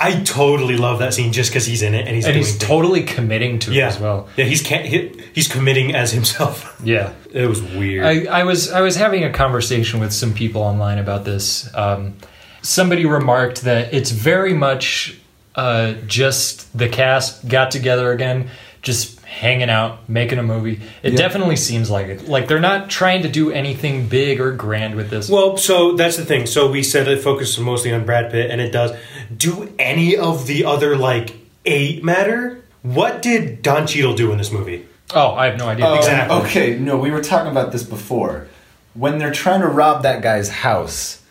I totally love that scene just because he's in it and he's
and
doing
he's
things.
totally committing to it
yeah.
as well
Yeah, he's can't he, he's committing as himself.
yeah
it was weird.
I, I was I was having a conversation with some people online about this. Um, somebody remarked that it's very much uh, just the cast got together again, just hanging out, making a movie. It definitely seems like it. Like they're not trying to do anything big or grand with this.
Well, so that's the thing. So we said it focuses mostly on Brad Pitt, and it does. Do any of the other like eight matter? What did Don Cheadle do in this movie?
oh, I have no idea.
Oh,
Exactly.
Okay. No, we were talking about this before.
when they're trying to rob that guy's house,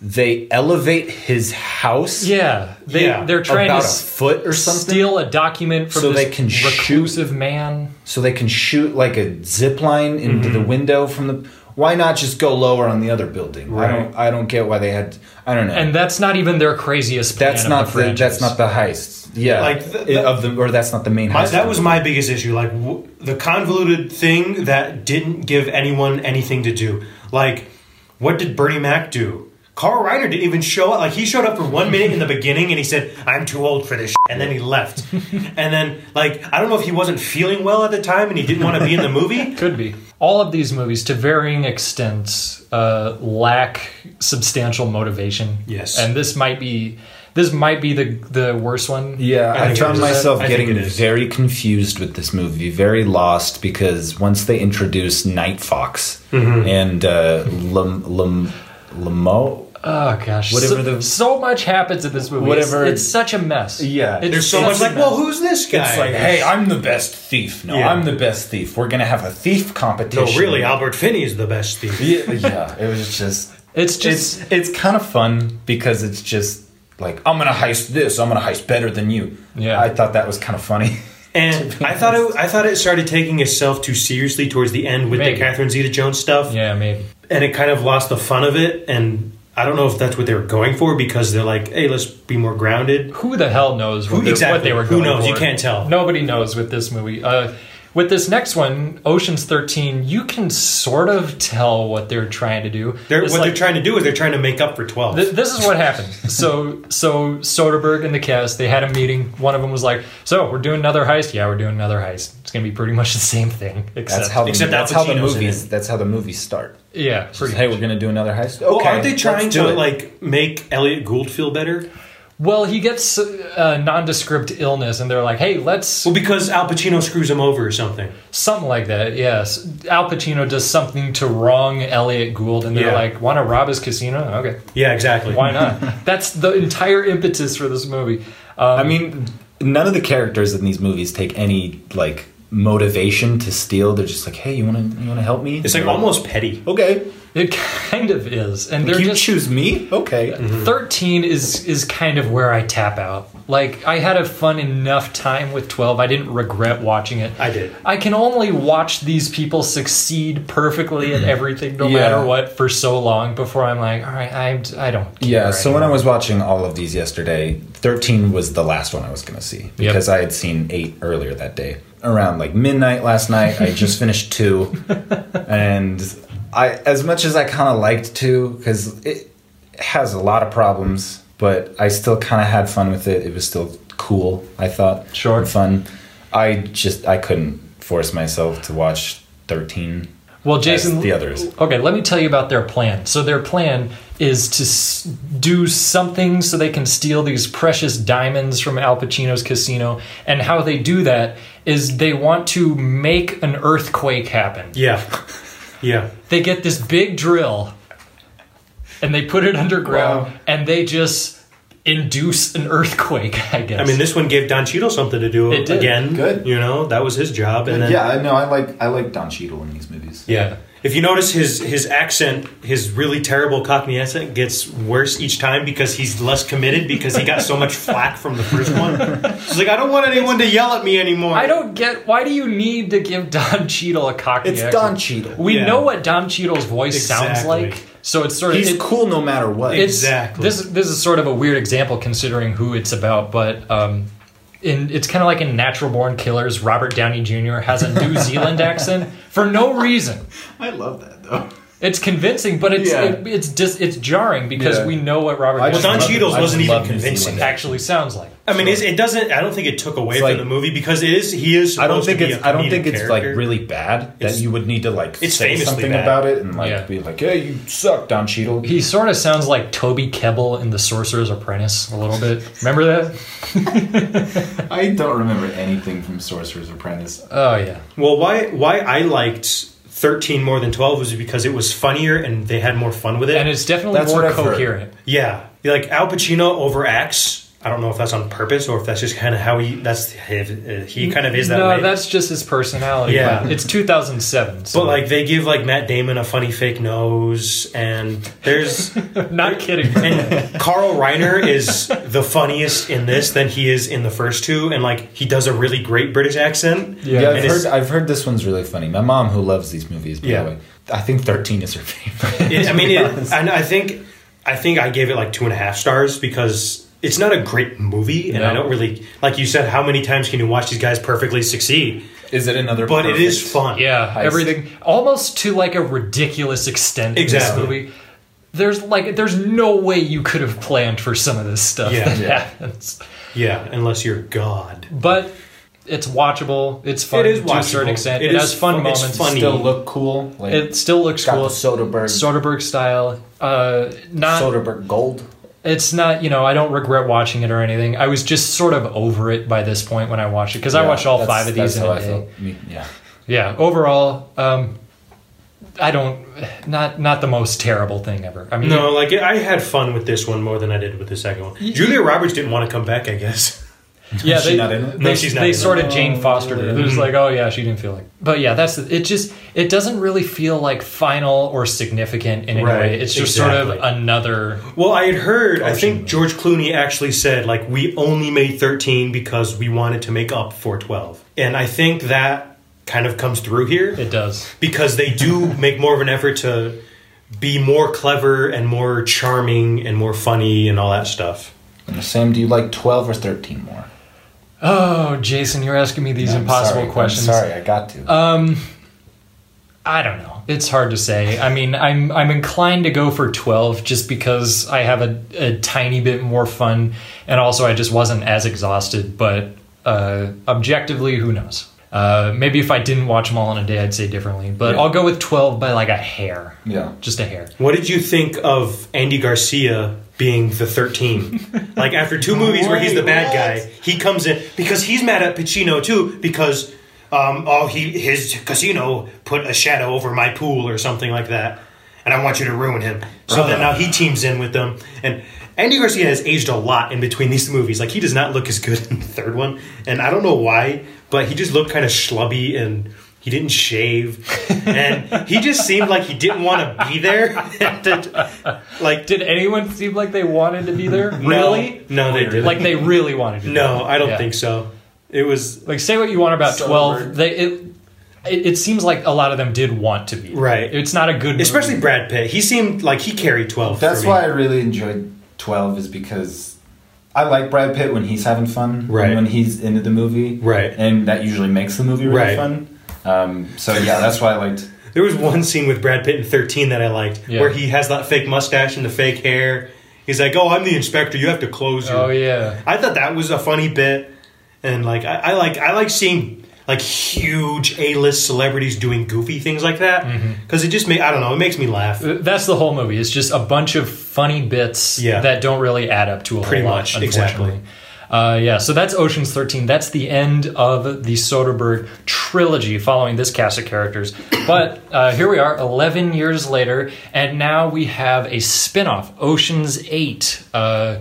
they elevate his house.
Yeah, they
Yeah,
they're trying to
about a
s-
foot or something?
steal a document from
So
this
they can shoot-
reclusive man.
so they can shoot like a zip line into the window from the. Why not just go lower on the other building? I don't. I don't get why they had. I don't know.
And that's not even their craziest. Plan
that's
of
not
the
the, that's
franchise.
not the heist. Yeah,
Like, th-
It- of the or that's not the main
My,
heist.
that was my biggest issue. Like w- the convoluted thing that didn't give anyone anything to do. Like, what did Bernie Mac do? Carl Reiner didn't even show up. Like he showed up for one minute in the beginning, and he said, "I'm too old for this," shit," and then he left. and then, like, I don't know if he wasn't feeling well at the time, and he didn't want to be in the movie.
Could be. All of these movies, to varying extents, uh, lack substantial motivation.
Yes.
and this might be this might be the the worst one.
Yeah,
I
I,
think it
found
is.
myself
I think
getting
it is.
very confused with this movie, very lost because once they
Mm-hmm.
introduced Night Fox and uh, Lam Lam Lamo.
Oh gosh,
Whatever
so,
the-
so much happens in this movie.
Whatever-
it's, it's such a mess.
Yeah.
It's-
There's so
it's-
much like, well, who's this guy?
It's like, hey, I'm the best thief. No,
Yeah.
I'm the best thief. We're gonna have a thief competition.
no, really, Albert Finney is the best thief.
Yeah, yeah, it was just.
It's just
It's it's kind of fun because it's just like I'm gonna heist this. I'm gonna heist better than you.
Yeah.
I thought that was kind of funny.
And I thought it, I thought it started taking itself too seriously towards the end with
Maybe.
the Catherine Zeta-Jones stuff,
yeah, maybe.
and it kind of lost the fun of it. And I don't know if that's what they were going for because they're like, hey, let's be more grounded.
Who the hell knows what,
Who-
they-
exactly.
what they were
Who
going
knows? You
for.
can't tell.
Nobody knows with this movie. Uh, with this next one, Ocean's 13, you can sort of tell what they're trying to do.
They're,
It's
what
like-
they're trying to do is they're trying to make up for twelve.
Th- this is what happened. So, so Soderbergh and the cast they had a meeting. One of them was like, "So we're doing another heist. Yeah, we're doing another heist. It's gonna be pretty much the same thing, except
That's how. The,
Except Al
that's how the
Pacino's in
movies. That's how the movies start.
yeah, pretty
Hey, we're gonna do another heist. Okay,
well, aren't they
let's
trying
do
to
it.
like make Elliot Gould feel better?
well." He gets uh, nondescript illness, and they're like, "Hey, let's
Well, because Al Pacino screws him over or something.
something like that." Yes, Al Pacino does something to wrong Elliot Gould, and they're
Yeah.
like, "Want to rob his casino? Okay,
Yeah, exactly.
why not?" That's the entire impetus for this movie. Um,
I mean, none of the characters in these movies take any like motivation to steal. They're just like, hey, you wanna you wanna help me?
It's like almost petty.
okay,
it kind of is, and they're
you
just
choose me. Okay,
13 is is kind of where I tap out. Like I had a fun enough time with 12. I didn't regret watching it.
I did.
I can only watch these people succeed perfectly at everything no
Yeah.
matter what for so long before I'm like, all right, I'm I don't care
Yeah, so when I
anymore."
was watching all of these yesterday, 13 was the last one I was going to see because I had seen 8 earlier that day. Around like midnight last night, I just finished 2 and I as much as I kind of liked 2 cuz it has a lot of problems, but I still kind of had fun with it. It was still cool, I thought.
Sure.
and Fun. I just I couldn't force myself to watch 13.
Well, Jason,
the others.
Okay, let me tell you about their plan. So their plan is to s- do something so they can steal these precious diamonds from Al Pacino's casino, and how they do that is they want to make an earthquake happen.
Yeah, yeah.
They get this big drill, and they put it underground, and they just induce an earthquake. I guess.
I mean, this one gave Don Cheadle something to do
It did.
again.
Good.
You know, that was his job. And then,
yeah, I know. I like I like Don Cheadle in these movies.
yeah.
If you notice his his accent, his really terrible Cockney accent gets worse each time because he's less committed because he got so much flack from the first one. He's like, I don't want anyone to yell at me anymore.
I don't get why do you need to give Don Cheadle a cockney
It's
accent?
Don Cheadle.
We
Yeah.
know what Don Cheadle's voice sounds
Exactly.
like, so it's sort of
He's
it-
cool no matter what.
it's-
Exactly.
This this is sort of a weird example considering who it's about, but um, in it's kind of like in Natural Born Killers, Robert Downey Jr. has a New Zealand accent for no reason.
I love that though.
It's convincing, but it's
Yeah.
it, it's dis, it's jarring because
Yeah.
we know what Robert
I
Downey
Well,
just
Jr.
Don
love-
Cheadle's
I just
wasn't even
love New
convincing.
Zealand.
actually sounds like.
I mean, it's, it doesn't. I don't think it took away
like-
from the movie because it is. He is.
I don't
supposed
think
to be
it's.
a
I don't
comedic
think it's
character.
like really bad that
It's-
you would need to like
it's
say
famously
something
bad.
about it and like
Yeah.
be like, "Hey, you suck, Don Cheadle."
He sort of sounds like Toby Kebbell in The Sorcerer's Apprentice a little bit. Remember that?
I don't remember anything from Sorcerer's Apprentice.
Oh yeah.
Well, why why I liked thirteen more than twelve was because it was funnier and they had more fun with it.
and it's definitely
That's
more
what I've heard.
coherent.
yeah, like Al Pacino overacts. I don't know if that's on purpose or if that's just kind of how he. That's his, uh, he kind of is that
no,
way.
that's just his personality.
Yeah.
but it's 2007. So
but like they give like Matt Damon a funny fake nose, and there's
not kidding.
and Carl Reiner is the funniest in this than he is in the first two, and like he does a really great British accent.
Yeah,
Yeah,
and
I've
it's-
heard. I've heard this one's really funny. My mom, who loves these movies, by
Yeah.
the way, I think thirteen is her favorite.
It- I mean, it, and I think I think I gave it like two and a half stars because it's not a great movie, and I
No.
don't really like you said. How many times can you watch these guys perfectly succeed?
is it another?
But it is
perfect-
fun.
yeah,
Heist.
everything almost to like a ridiculous extent.
Exactly.
In this movie. There's like there's no way you could have planned for some of this stuff
Yeah.
that
Yeah.
happens.
yeah. Unless you're God,
But it's watchable. It's fun
It is
to a certain
watchable.
extent. It,
It
has
is
fun
fun- it's
moments.
funny.
Still look cool. Like
It still looks
got
cool.
the Soderbergh
Soderbergh style. Uh, not
Soderbergh gold.
it's not you know i don't regret watching it or anything i was just sort of over it by this point when i watched it because i
Yeah,
watched all
that's-
five of these
that's
in
how
a
I
day
felt. Me- Yeah.
yeah overall um, I don't not not the most terrible thing ever. I mean,
No, like I had fun with this one more than I did with the second one. Julia Roberts didn't want to come back, I guess.
yeah,
Is she
they,
not in it?
They,
No, she's not
They
in it.
sort of Jane Fostered her. It was like, oh yeah, she didn't feel like. But yeah, that's it. Just it doesn't really feel like final or significant in any
Right,
way. It's just sort
exactly.
of another.
Well, I had heard. I think George Clooney actually said like we only made thirteen because we wanted to make up for twelve, and I think that kind of comes through here
It does.
because they do make more of an effort to be more clever and more charming and more funny and all that stuff.
Sam, do you like 12 or 13 more?
Oh, Jason, you're asking me these
I'm
impossible
sorry, I'm
questions.
sorry, I got to.
I don't know. It's hard to say. I mean, I'm I'm inclined to go for 12 just because I have a, a tiny bit more fun and also I just wasn't as exhausted, but uh, objectively, who knows? Uh, maybe if I didn't watch them all in a day, I'd say differently, but
Yeah.
I'll go with 12 by like a hair.
Yeah.
Just a hair.
What did you think of Andy Garcia being the 13? like, after two movies where he's the bad guy, he comes in because he's mad at Pacino too because, um, oh, he his casino put a shadow over my pool or something like that. And I want you to ruin him. So then now he teams in with them. And Andy Garcia has aged a lot in between these movies. Like, he does not look as good in the third one. And I don't know why, but he just looked kind of schlubby and he didn't shave, and he just seemed like he didn't want to be there. like,
Did anyone seem like they wanted to be there?
no.
really?
No, they didn't.
Like they really wanted to. be
no, I don't
Yeah.
think so. It was
Like say what you want about
Subtle
twelve.
word.
They it, it it seems like a lot of them did want to be there.
Right.
It's not a good
especially
movie.
Brad Pitt. He seemed like he carried twelve. for
That's
me.
why I really enjoyed 12 is because I like Brad Pitt when he's having fun,
Right.
And when he's into the movie,
Right.
And that usually makes the movie really
Right.
fun. Um, so yeah, that's why I liked.
there was one scene with Brad Pitt in thirteen that I liked,
Yeah.
where he has that fake mustache and the fake hair. He's like, "Oh, I'm the inspector. You have to close your."
Oh yeah.
I thought that was a funny bit, and like I, I like I like seeing like huge A list celebrities doing goofy things like that
Mm-hmm.
because it just made I don't know it makes me laugh.
That's the whole movie. It's just a bunch of funny bits
Yeah.
that don't really add up to a
Pretty
whole lot,
much, exactly.
unfortunately. Uh, yeah, so that's Ocean's 13. That's the end of the Soderbergh trilogy following this cast of characters. But uh, here we are, 11 years later, and now we have a spin off, Ocean's 8. Uh,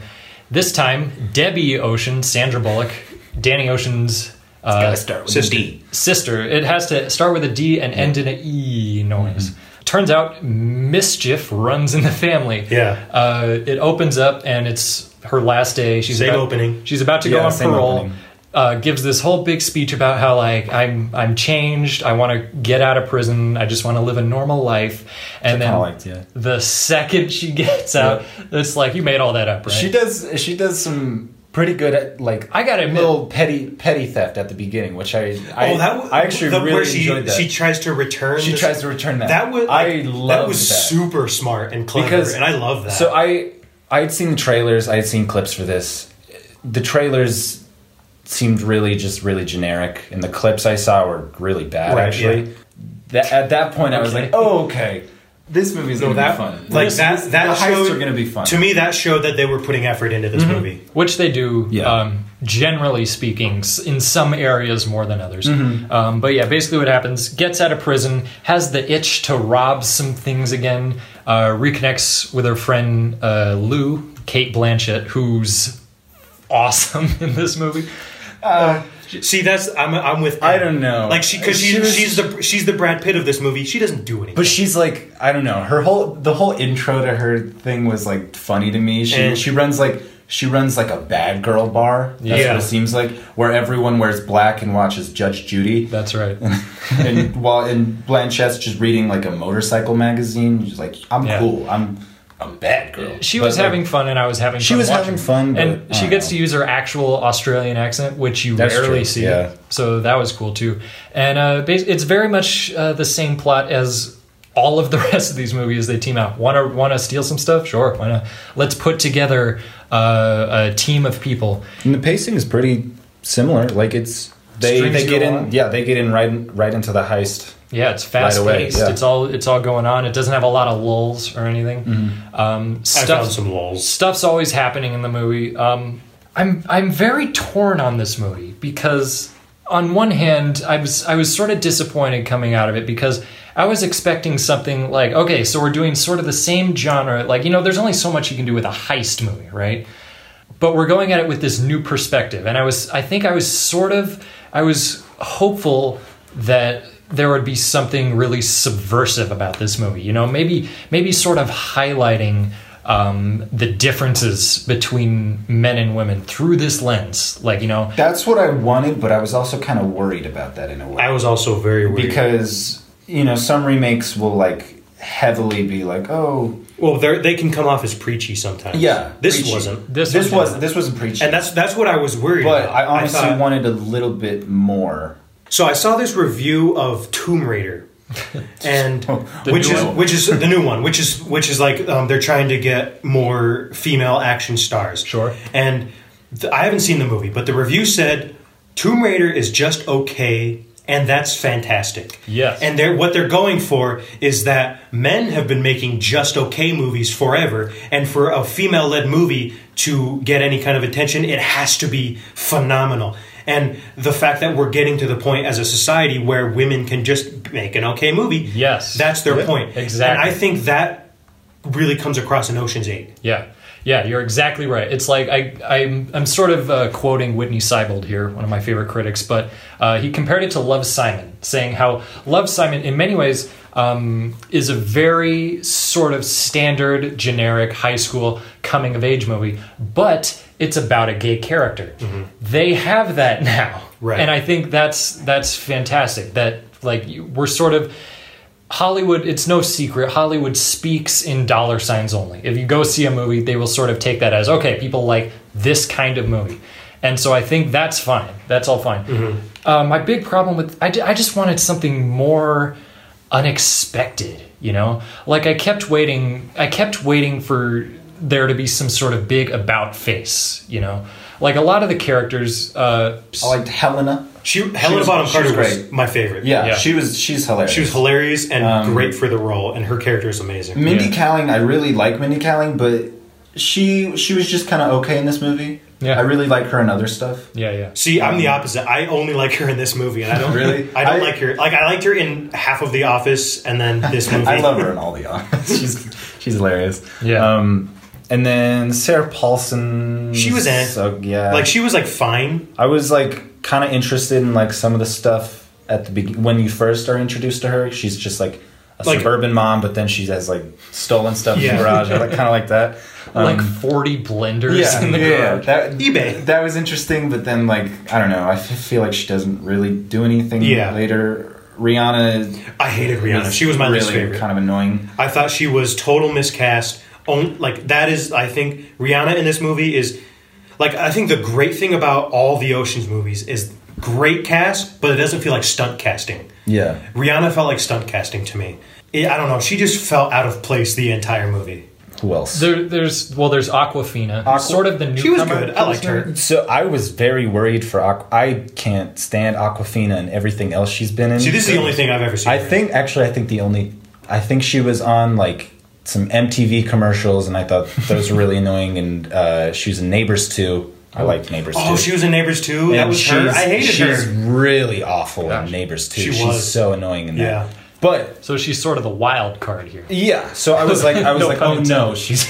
this time, Debbie Ocean, Sandra Bullock, Danny Ocean's uh,
start with
sister.
sister. It has to start with a D and end in an E noise.
Mm-hmm.
Turns out mischief runs in the family.
Yeah.
Uh, it opens up and it's her last day. She's
Same
about,
opening.
She's about to
Yeah,
go on
same
parole.
opening.
Uh, gives this whole big speech about how like I'm I'm changed. I want to get out of prison. I just want to live a normal life. And then
kinda liked, yeah.
the second she gets out, it's like you made all that up, right?
She does. She does some pretty good at like
I gotta admit-
little petty petty theft at the beginning, which I I,
oh, that was,
I actually
the,
really
where she,
enjoyed that.
She tries to return.
She
the-
tries to return that.
That was
I
like, that
loved
was
that.
super smart and clever, and I love that.
So I I had seen the trailers, I had seen clips for this. The trailers seemed really just really generic, and the clips I saw were really bad.
Right,
actually,
yeah.
That- at that point I was like, oh okay, this movie's gonna
that
be fun.
like
This-
that
this-
that
the heists
showed,
are gonna be fun. Mm-hmm.
to me. That showed that they were putting effort into this movie.
which they do
Yeah.
um, generally speaking s- in some areas more than others um, but yeah basically what happens gets out of prison has the itch to rob some things again uh, reconnects with her friend uh, lou kate blanchett who's awesome in this movie
See, that's I'm I'm with.
I don't know.
Like she because
She
she,
was-
she's the she's the Brad Pitt of this movie. She doesn't do anything.
But she's like, I don't know. Her whole the whole intro to her thing was like funny to me. She
Eh.
she runs like she runs like a bad girl bar. That's
Yeah.
what it seems like, where everyone wears black and watches Judge Judy.
that's right
and while and Blanchette's just reading like a motorcycle magazine, she's like, "I'm
Yeah.
cool. I'm a bad girl."
she
But,
was
like,
having fun and i was having
She
fun
was
watching
having
it.
fun, but
and
I
she
don't
gets
know.
to use her actual australian accent which you
That's
rarely
true,
see
yeah.
so that was cool too and uh, bas- it's very much uh, the same plot as all of the rest of these movies they team up want to want to steal some stuff sure why not let's put together uh, a team of people
And the pacing is pretty similar. Like it's they
Strings
they
go
get
on.
in yeah they get in right in- right into the heist.
Yeah, it's fast
away,
paced.
yeah.
It's all it's all going on. It doesn't have a lot of lulls or anything.
Mm-hmm.
Um,
I
stuff,
found some lulls.
Stuff's always happening in the movie. Um, I'm I'm very torn on this movie because on one hand I was I was sort of disappointed coming out of it because I was expecting something like, okay, so we're doing sort of the same genre. Like, you know, there's only so much you can do with a heist movie, right? But we're going at it with this new perspective. And I was, I think I was sort of, I was hopeful that there would be something really subversive about this movie. You know, maybe, maybe sort of highlighting um, the differences between men and women through this lens. Like, you know,
That's what I wanted, but I was also kind of worried about that in a way.
I was also very worried.
because you know some remakes will like heavily be like oh
well, they're- they can come off as preachy sometimes. this
preachy.
wasn't,
This
this,
one
was
wasn't.
this wasn't preachy
and that's that's what I was worried.
but
about.
I honestly
thought-
wanted a little bit more
So I saw this review of Tomb Raider, and which
new
is
one.
which is the new one, which is which is like um, they're trying to get more female action stars.
Sure.
And th- I haven't seen the movie, but the review said Tomb Raider is just okay, and that's fantastic.
Yes.
And they're what they're going for is that men have been making just okay movies forever, and for a female led movie to get any kind of attention, it has to be phenomenal. And the fact that we're getting to the point as a society where women can just make an okay movie,
Yes.
that's their point.
Exactly.
And I think that really comes across in Ocean's Eight.
Yeah, yeah, you're exactly right. It's like I, I'm, I'm sort of uh, quoting Whitney Seibold here, one of my favorite critics, but uh, he compared it to Love Simon, saying how Love Simon, in many ways, um, is a very sort of standard, generic high school coming of age movie, but it's about a gay character. They have that now,
Right.
And I think that's that's fantastic. That like you- we're sort of Hollywood, it's no secret. Hollywood speaks in dollar signs only. If you go see a movie, they will sort of take that as okay, people like this kind of movie. And so I think that's fine. That's all fine. Uh, my big problem with, I, ju- I just wanted something more unexpected, you know? Like I kept waiting, I kept waiting for there to be some sort of big about face, you know? Like a lot of the characters, uh,
I liked Helena
She, Helena
was-
Bonham
she
Carter
was
was,
great.
my favorite.
yeah, Um,
Yeah.
she was she's hilarious
She was hilarious and great for the role, and her character is amazing.
Mindy
Yeah.
Kaling I really like Mindy Kaling but she she was just kind of okay in this movie
Yeah.
I really like her in other stuff
yeah, yeah.
See, I'm the opposite. I only like her in this movie, and I don't
Um, Really?
I don't
I-
like her. Like I liked her in half of The Office, and then this movie.
I love her in all the odds
she's she's hilarious.
Yeah.
Um, and then Sarah Paulson.
She was in it.
So, yeah.
Like she was like fine.
I was like kind of interested in like some of the stuff at the beginning when you first are introduced to her. She's just like a
Like-
suburban mom, but then she has like stolen stuff in
Yeah.
the garage. I like, kind of like that. Um,
like 40 blenders in the garage.
That,
eBay.
That was interesting, but then like I don't know. I f- feel like she doesn't really do anything
Yeah.
later. Rihanna,
I hated Rihanna. She was my
really
least favorite.
Kind of annoying.
I thought she was total miscast. On like that is, I think Rihanna in this movie is like I think the great thing about all the Ocean's movies is great cast, but it doesn't feel like stunt casting.
yeah.
Rihanna felt like stunt casting to me. It, I don't know. She just felt out of place the entire movie.
Who else?
There, there's well, there's Aquafina, who's sort of the newcomer.
She was good. I liked her.
so I was very worried for Aqu- I can't stand Aquafina and everything else she's been in.
See, this is the only thing I've ever seen.
Mm-hmm. I
her in.
think actually I think the only I think she was on like some MTV commercials and I thought those were really annoying and uh, she was in Neighbors too. I liked Neighbors
Oh,
too.
she was in Neighbors too. that
And
was her.
she's-
I hated
she's
her.
really awful
Gosh.
in Neighbors too.
She
she's
was.
so annoying in that.
Yeah.
But
So she's sort of the wild card here.
yeah, so I was like, I was
No
like,
pun
oh no, she's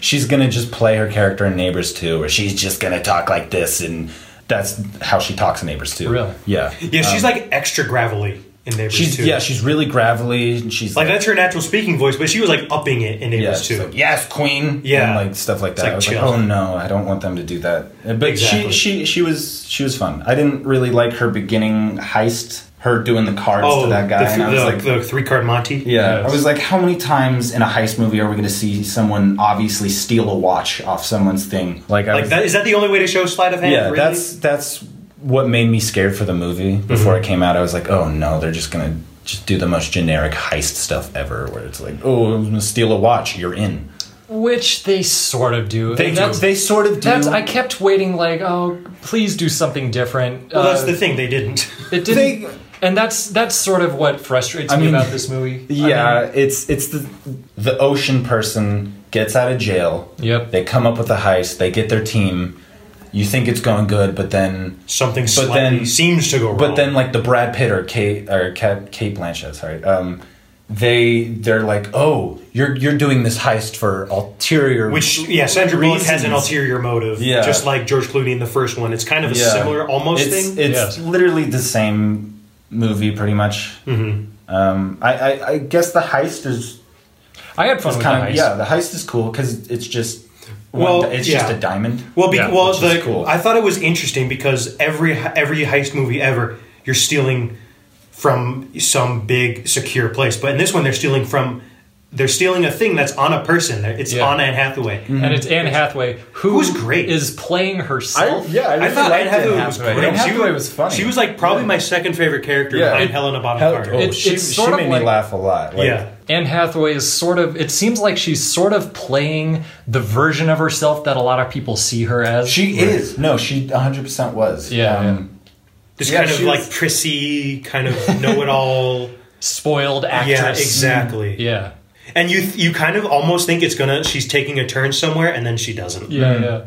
she's gonna just play her character in Neighbors too, where she's just gonna talk like this, and that's how she talks in Neighbors too.
Really?
Yeah.
Yeah, she's like extra gravelly in Neighbors
Um, She's
too.
yeah, she's really gravelly. And she's
like that's her natural speaking voice, but she was like upping it in
yeah,
Neighbors
she's
too.
like, yes, Queen.
Yeah.
and like stuff like that.
like,
I was
chill.
like, oh no, I don't want them to do that. Uh, But
Exactly.
she she she was she was fun. I didn't
Really like her beginning heist. Her doing the cards to that guy,
Oh, the,
and I was
the-
like,
the three card Monty.
yeah,
Yes.
I was like, how many times in a heist movie are we going to see someone obviously steal a watch off someone's thing?
like I
like
was,
that. Is that the only way to show sleight of hand?
yeah
really?
that's that's what made me scared for the movie before
Mm-hmm.
it came out i was like oh no they're just gonna just do the most generic heist stuff ever where it's like oh i'm gonna steal a watch you're in
Which they sort of do.
they,
And that's,
they sort of do
that's- I kept waiting, like, oh, please do something different.
well, that's
Uh,
the thing. They didn't.
It didn't. and that's that's sort of what frustrates me
mean,
about this movie. I
yeah
mean,
it's it's the the ocean person gets out of jail
Yep.
they come up with a heist they get their team you think it's going good but then
Something slightly
then-
seems to go wrong.
But then, like the Brad Pitt or Kate or Cat, Kate Blanchett, sorry, um, they they're like, oh, you're you're doing this heist for ulterior,
Which, yeah, Sandra Bullock has an
Reasons.
ulterior motive,
Yeah.
just like George Clooney in the first one. It's kind of a
Yeah.
similar, almost
it's,
thing.
It's
Yeah.
literally the same movie, pretty much. Um, I, I I guess the heist is
I had fun with
kind of
the heist.
yeah, the heist is cool because it's just one
Well,
di- it's just
yeah.
a diamond.
well, be,
Yeah,
well,
which is
the,
cool.
I thought it was interesting because every every heist movie ever, you're stealing from some big secure place, but in this one, they're stealing from they're stealing a thing that's on a person. It's
Yeah.
on Anne Hathaway.
Mm-hmm.
And it's Anne Hathaway, who
Who's great.
is playing herself.
yeah,
I thought Anne Hathaway, was great.
Anne
She
Hathaway was funny.
She was like probably my second favorite character
Yeah.
behind
It-
Helena Bonham
Hell-
Carter.
oh,
It's-
she,
it's
she
sort of
made
like-
me laugh a lot. Like,
yeah.
Anne Hathaway is sort of, it seems like she's sort of playing the version of herself that a lot of people see her as.
She is no, she 100 percent was. Um,
Yeah,
This
Yeah,
kind of
she
like
was-
prissy, kind of know-it-all.
spoiled actress.
yeah,
Mm-hmm.
exactly.
Yeah.
And you you kind of almost think it's gonna she's taking a turn somewhere, and then she doesn't.
Yeah, yeah.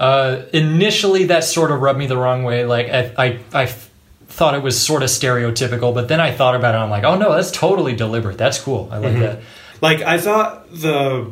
Uh, initially, that sort of rubbed me the wrong way. Like I, I, I f- thought it was sort of stereotypical, but then I thought about it. I'm like, oh no, that's totally deliberate. That's cool. I like
Hmm.
that.
Like I thought the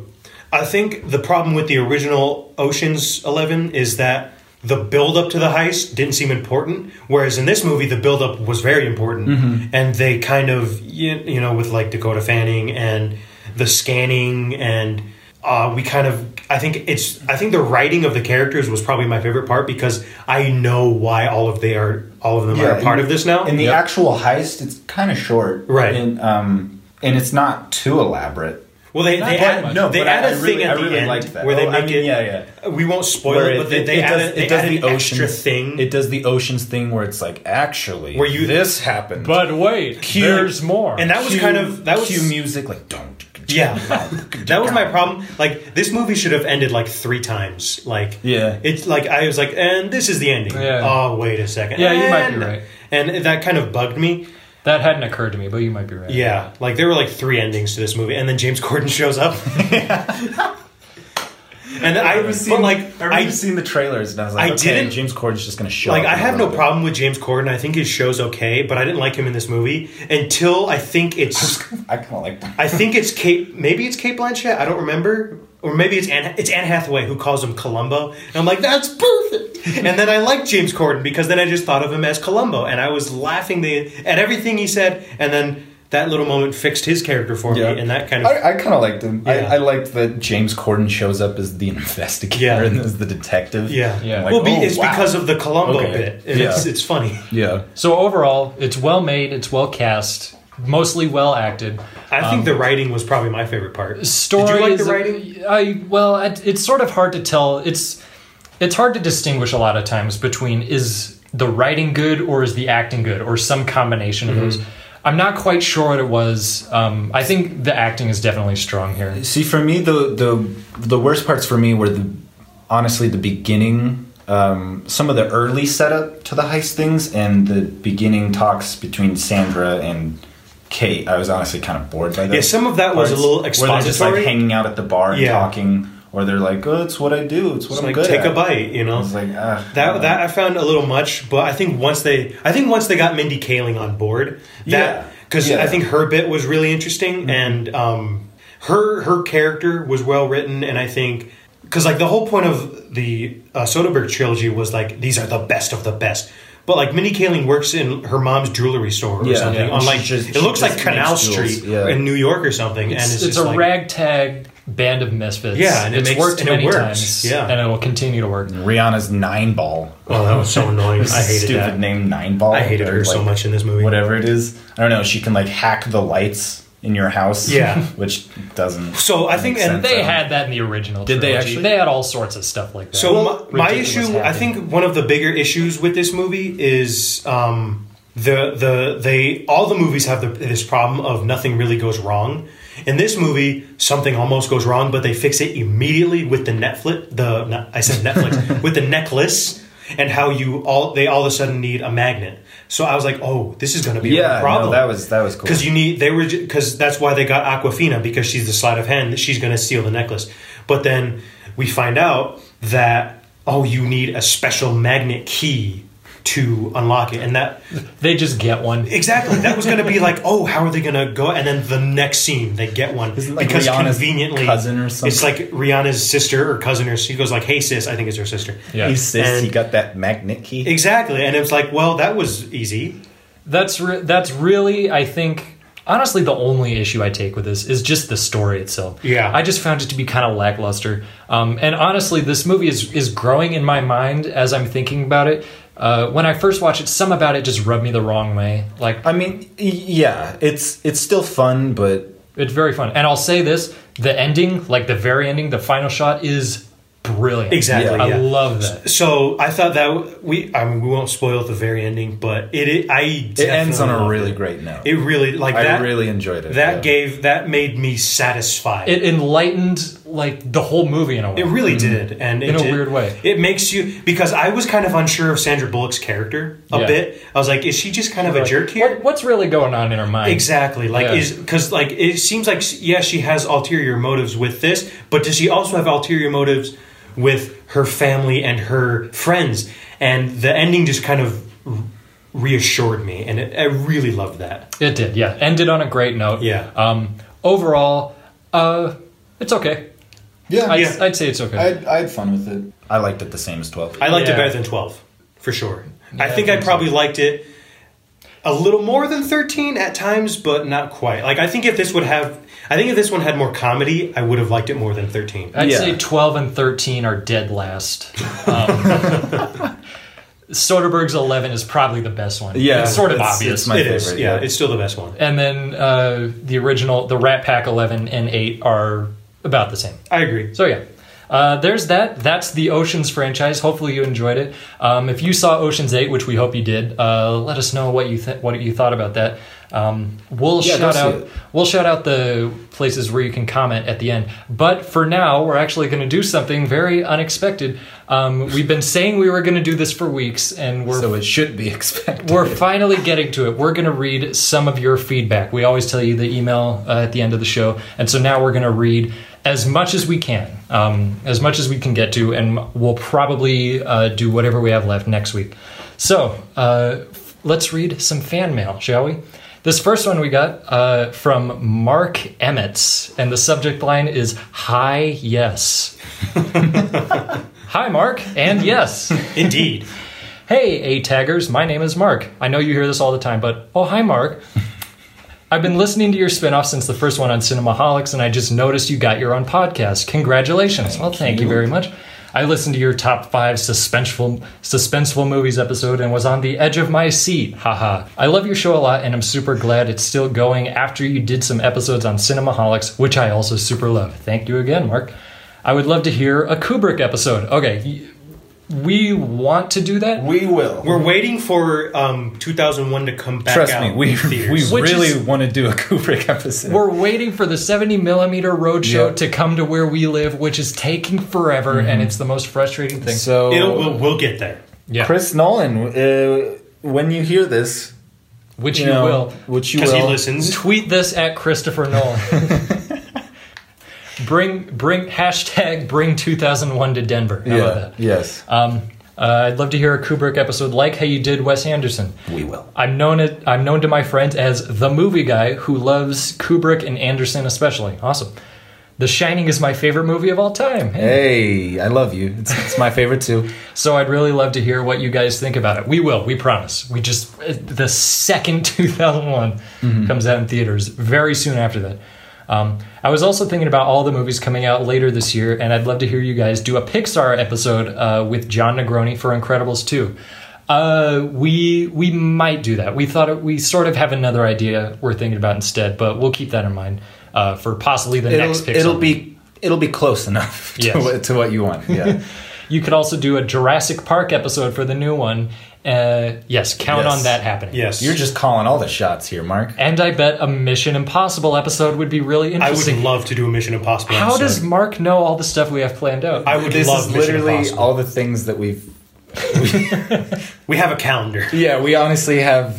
I think the problem with the original Ocean's Eleven is that the build up to the heist didn't seem important, whereas in this movie the build up was very important,
Mm-hmm.
and they kind of you, you know with like Dakota Fanning and the scanning and. Uh, we kind of i think it's i think the writing of the characters was probably my favorite part because i know why all of they are all of them are a
Yeah,
part
in-
of this now
In the
Yep.
actual heist, it's kind of short,
Right.
And um, and it's not too elaborate.
Well, they, they
but I-
add,
no,
they
but
add
I-
a
I
thing
really-
at
I
the
really
end
liked that.
where they
Oh, I
make
mean,
it.
yeah,
We won't spoil
Where
it, but they, they add, a- they add an extra
oceans-
thing.
It does the oceans thing where it's like actually
Where you-
this happened,
But wait, there's more.
and that was
Cue-
kind of that was
cue music like don't.
yeah.
Oh,
that was my problem. Like this movie should have ended like three times. Like
Yeah.
it's like I was like, and this is the ending.
Yeah.
Oh wait a second.
Yeah, you might be
And-
right.
And that kind of bugged me.
that hadn't occurred to me, but you might be right.
Yeah, like there were like three endings to this movie, and then James Corden shows up. and I,
I've
but
seen,
like
like I've
I
seen the trailers and I was like,
I
okay,
didn't-
James Corden's just gonna show.
Like
up
I
in a
have no
little bit.
problem with James Corden. I think his show's okay, but I didn't like him in this movie until I think it's
I kind of like that.
I think it's Kate. Maybe it's Kate Blanchett. I don't remember, or maybe it's Anne. It's Anne Hathaway who calls him Columbo, and I'm like, that's perfect. and then I like James Corden because then I just thought of him as Columbo, and I was laughing the, at everything he said, and then that little moment fixed his character for me, and that kind of.
I, I kind of liked him.
Yeah.
I, I liked that James Corden shows up as the investigator
Yeah.
and as the detective.
yeah,
Yeah.
I'm like,
well, be,
oh,
it's
wow.
because of the Columbo
Okay.
bit. And It's
Yeah.
it's funny.
yeah.
So overall, it's well made. It's well cast. Mostly well acted.
I think the
Um,
writing was probably my favorite part.
Story.
Did you like the
is-
writing?
I well, I- it's sort of hard to tell. It's it's hard to distinguish a lot of times between is the writing good or is the acting good or some combination
Mm-hmm.
of those. I'm not quite sure what it was. Um, I think the acting is definitely strong here.
See, for me, the the the worst parts for me were the honestly the beginning, um, some of the early setup to the heist things, and the beginning talks between Sandra and Kate. I was honestly kind of bored by that.
Yeah, some of that was a little
Where they're just like
expository.
hanging out at the bar and
Yeah.
talking, or they're like, "Oh, it's what I do. It's what
It's
I'm
like
good
take
at."
a bite, you
I
know.
was like, ah,
that that I found a little much, but I think once they, I think once they got Mindy Kaling on board,
Yeah.
that because
Yeah. Mm-hmm.
I think her bit was really interesting, and um, her her character was well written, and I think because like the whole point of the uh, Soderbergh trilogy was like these are the best of the best. But like Mindy Kaling works in her mom's jewelry store or
Yeah.
something
Yeah.
on
She
like
just-
it
she
looks like
just
Canal
makes jewels.
Street
Yeah.
in New York or something, and
It's,
it's,
it's,
just
a
like,
ragtag band of misfits.
Yeah, and it
it's
makes-
worked
and it
many
works.
times.
Yeah.
and it will continue to work.
Rihanna's nine ball.
Oh, that was so annoying. I hated
stupid
that.
name nine ball.
I hated
or,
her so
like,
much in this movie.
Whatever it is, I don't know. She can like hack the lights in your house.
Yeah.
which doesn't.
So I think,
Makes
and
sense.
They
So-
had that in the original.
Did they
trilogy.
actually?
They had all sorts of stuff like that.
So my, my
Ridiculous
issue, I
happened.
think, one of the bigger issues with this movie is um, the the they all the movies have the, this problem of nothing really goes wrong. In this movie, something almost goes wrong, but they fix it immediately with the Netflix. The not- I said Netflix with the necklace and how you all they all of a sudden need a magnet. So I was like, oh, this is going to be
Yeah,
a
no,
problem.
that was that was cool.
Because you need they were because that's why they got Aquafina because she's the sleight of hand that she's going to steal the necklace. But then we find out that oh, you need a special magnet key to unlock it. And that
They just get one.
exactly that was going to be like, oh, how are they going to go? And then the next scene, they get one
Isn't, like, Rihanna's cousin or
It's like Rihanna's sister or cousin, or she goes like, "Hey sis," I think it's her sister.
Yeah.
He says he
And-
got that magnet key.
Exactly, and it's like, well, that was easy.
That's re- that's really I think honestly the only issue I take with this is just the story itself.
Yeah.
I just found it to be kind of lackluster. Um, and honestly, this movie is is growing in my mind as I'm thinking about it. Uh, when I first watched it, some about it just rubbed me the wrong way. Like
I mean, y- yeah, it's it's still fun, but
it's very fun. And I'll say this: the ending, like the very ending, the final shot is brilliant.
Exactly,
I
yeah.
love that.
So I thought that w- we, I mean, we won't spoil the very ending, but it, it I
it ends on a really
great.
great note.
It really like
I
that.
really enjoyed it.
that
yeah.
gave that made me satisfied.
It enlightened like the whole movie in a way.
It really
Mm-hmm.
did, and it
In a
did-
weird way.
it makes you because I was kind of unsure of Sandra Bullock's character a
Yeah.
bit. I was like, is she just kind of a
Like,
jerk here?
what- what's really going on in her mind?
Exactly, like
Yeah.
is because like it seems like yeah, she has ulterior motives with this, but does she also have ulterior motives with her family and her friends? And the ending just kind of reassured me, and it, I really loved that.
It did, yeah. Ended on a great note.
Yeah.
Um, overall, uh, it's okay.
Yeah,
I'd,
I,
Yeah.
I'd say it's okay.
I, I had fun with it.
I liked it the same as twelve.
I liked
Yeah.
it better than 12, for sure. I
I
think I
think so.
probably liked it a little more than 13 at times, but not quite. Like, I think if this would have, I think if this one had more comedy, I would have liked it more than 13.
I'd
Yeah.
say 12 and 13 are dead last. Um, Soderbergh's 11 is probably the best one.
Yeah,
It's sort of
it's-
obvious.
it's my-
It is,
favorite,
yeah,
yeah.
it's still the best one.
and then uh, the original, the Rat Pack 11 and 8 are about the same.
I agree.
So yeah, uh, there's that. That's the Oceans franchise. Hopefully you enjoyed it. Um, if you saw Oceans Eight, which we hope you did, uh, let us know what you th- what you thought about that. Um, we'll
Yeah, go
shout
see
out
it.
we'll shout out the places where you can comment at the end. But for now, we're actually going to do something very unexpected. Um, we've been saying we were going to do this for weeks, and we're
so it should be expected.
we're finally getting to it. We're going to read some of your feedback. We always tell you the email uh, at the end of the show, and so now we're going to read as much as we can, um, as much as we can get to, and we'll probably uh, do whatever we have left next week. So uh, f- let's read some fan mail, shall we? This first one we got uh, from Mark Emmets, and the subject line is "Hi, yes." Hi, Mark, and yes.
Indeed.
Hey, A taggers, my name is Mark. I know you hear this all the time, but oh, hi, Mark. I've been listening to your spinoff since the first one on Cinemaholics, and I just noticed you got your own podcast. Congratulations. well, thank you. very much. I listened to your top five suspenseful, suspenseful movies episode and was on the edge of my seat. Haha. I love your show a lot, and I'm super glad it's still going after you did some episodes on Cinemaholics, which I also super love. Thank you again, Mark. I would love to hear a Kubrick episode. Okay, y- we want to do that.
we will.
We're waiting for um, 2001 to come back
Trust
out.
me, we
in theaters.
we
Which
really
is-
want to do a Kubrick episode.
We're waiting for the 70 millimeter roadshow
Yeah.
to come to where we live, which is taking forever, and it's the most frustrating thing.
Mm-hmm. so
It'll, we'll, we'll get there.
yeah,
Chris Nolan, uh, when you hear this,
which
you,
you,
know,
will.
which you
Because
will,
he listens.
Tweet this at Christopher Nolan. bring bring hashtag bring 2001 to Denver. How
yeah,
about that?
yes,
Um, uh, I'd love to hear a Kubrick episode like how you did Wes Anderson.
we will.
I'm known it. I'm known to my friends as the movie guy who loves Kubrick and Anderson especially. Awesome. The Shining is my favorite movie of all time. Hey.
Hey, I love you. It's, it's my favorite too.
So I'd really love to hear what you guys think about it. We will. We promise. We just the second 2001
Mm-hmm.
comes out in theaters very soon after that. Um, I was also thinking about all the movies coming out later this year, and I'd love to hear you guys do a Pixar episode uh, with John Negroni for Incredibles 2. Uh, we we might do that. We thought it, we sort of have another idea we're thinking about instead, but we'll keep that in mind uh, for possibly the next
It'll,
Pixar.
it'll be it'll be close enough to,
Yes.
what, to what you want. Yeah,
You could also do a Jurassic Park episode for the new one. Uh, yes, count
Yes.
on that happening.
Yes.
you're just calling all the shots here, Mark.
And I bet a Mission Impossible episode would be really
I would
interesting.
love to do a Mission Impossible.
How
episode.
does Mark know all the stuff we have planned out?
I would
This
love
is
Mission
literally
Impossible.
all the things that we've.
we have a calendar.
Yeah, we honestly have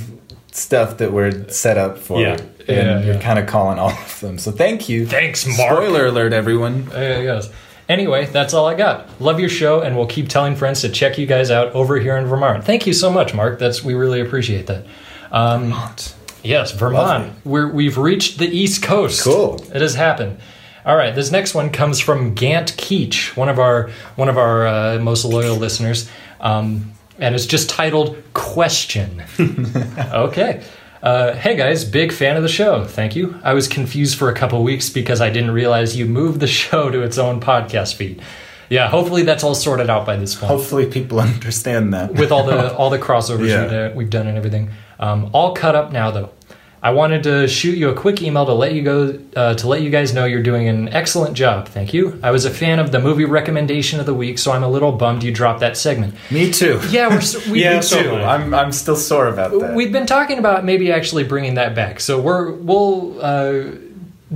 stuff that we're set up for,
Yeah.
and
Yeah,
you're
yeah.
kind of calling all of them. So thank you.
Thanks, Mark.
Spoiler alert, everyone.
Uh, yes. Anyway, that's all I got. Love your show, and we'll keep telling friends to check you guys out over here in Vermont. Thank you so much, Mark. That's we really appreciate that.
Vermont.
Yes, Vermont. We're, we've reached the East Coast.
Cool.
It has happened. All right, this next one comes from Gant Keach, one of our one of our uh, most loyal listeners, um, and it's just titled "Question." okay. Uh, hey guys, big fan of the show. Thank you. I was confused for a couple weeks because I didn't realize you moved the show to its own podcast feed. Yeah, hopefully that's all sorted out by this point
Hopefully, people understand that.
with all the all the crossovers
Yeah.
we've, done, we've done and everything. Um, all cut up now though. I wanted to shoot you a quick email to let you go uh, to let you guys know you're doing an excellent job. Thank you. I was a fan of the movie recommendation of the week, so I'm a little bummed you dropped that segment.
Me too.
Yeah, we're so, we,
Yeah,
we-
so-
Too. I'm I'm still sore about that.
we've been talking about maybe actually bringing that back. So we're we'll uh,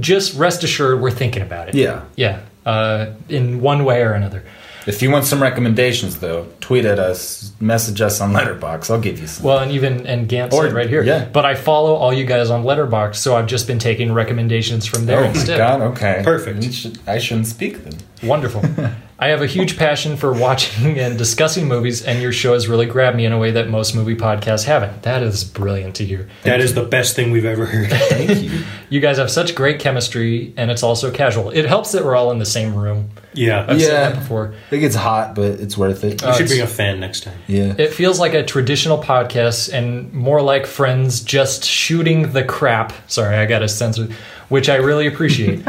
just rest assured we're thinking about it.
Yeah.
yeah, uh, in one way or another.
If you want some recommendations, though, tweet at us, message us on Letterbox. I'll give you some.
Well, and even and Gant
Or-
said right here.
yeah.
But I follow all you guys on Letterbox, so I've just been taking recommendations from there
oh my
instead.
god! Okay,
Perfect.
You should- I shouldn't speak then.
Wonderful. I have a huge passion for watching and discussing movies, and your show has really grabbed me in a way that most movie podcasts haven't. That is brilliant to hear.
That is the best thing we've ever heard.
Thank you.
You guys have such great chemistry, and it's also casual. It helps that we're all in the same room.
Yeah.
I've
You
said
Yeah.
that before.
I think it's hot, but it's worth it.
Uh,
should bring a fan next time.
yeah.
It feels like a traditional podcast and more like friends just shooting the crap. Sorry, I got a sense of, which I really appreciate.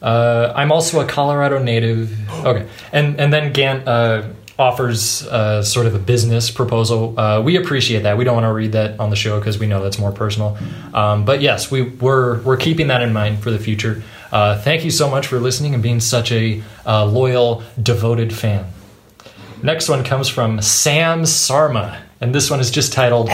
uh, I'm also a Colorado native. Okay, and and then Gant uh, offers uh, sort of a business proposal. Uh, we appreciate that. We don't want to read that on the show because we know that's more personal. Um, but yes, we we're we're keeping that in mind for the future. Uh, thank you so much for listening and being such a uh, loyal, devoted fan. Next one comes from Sam Sarma, and this one is just titled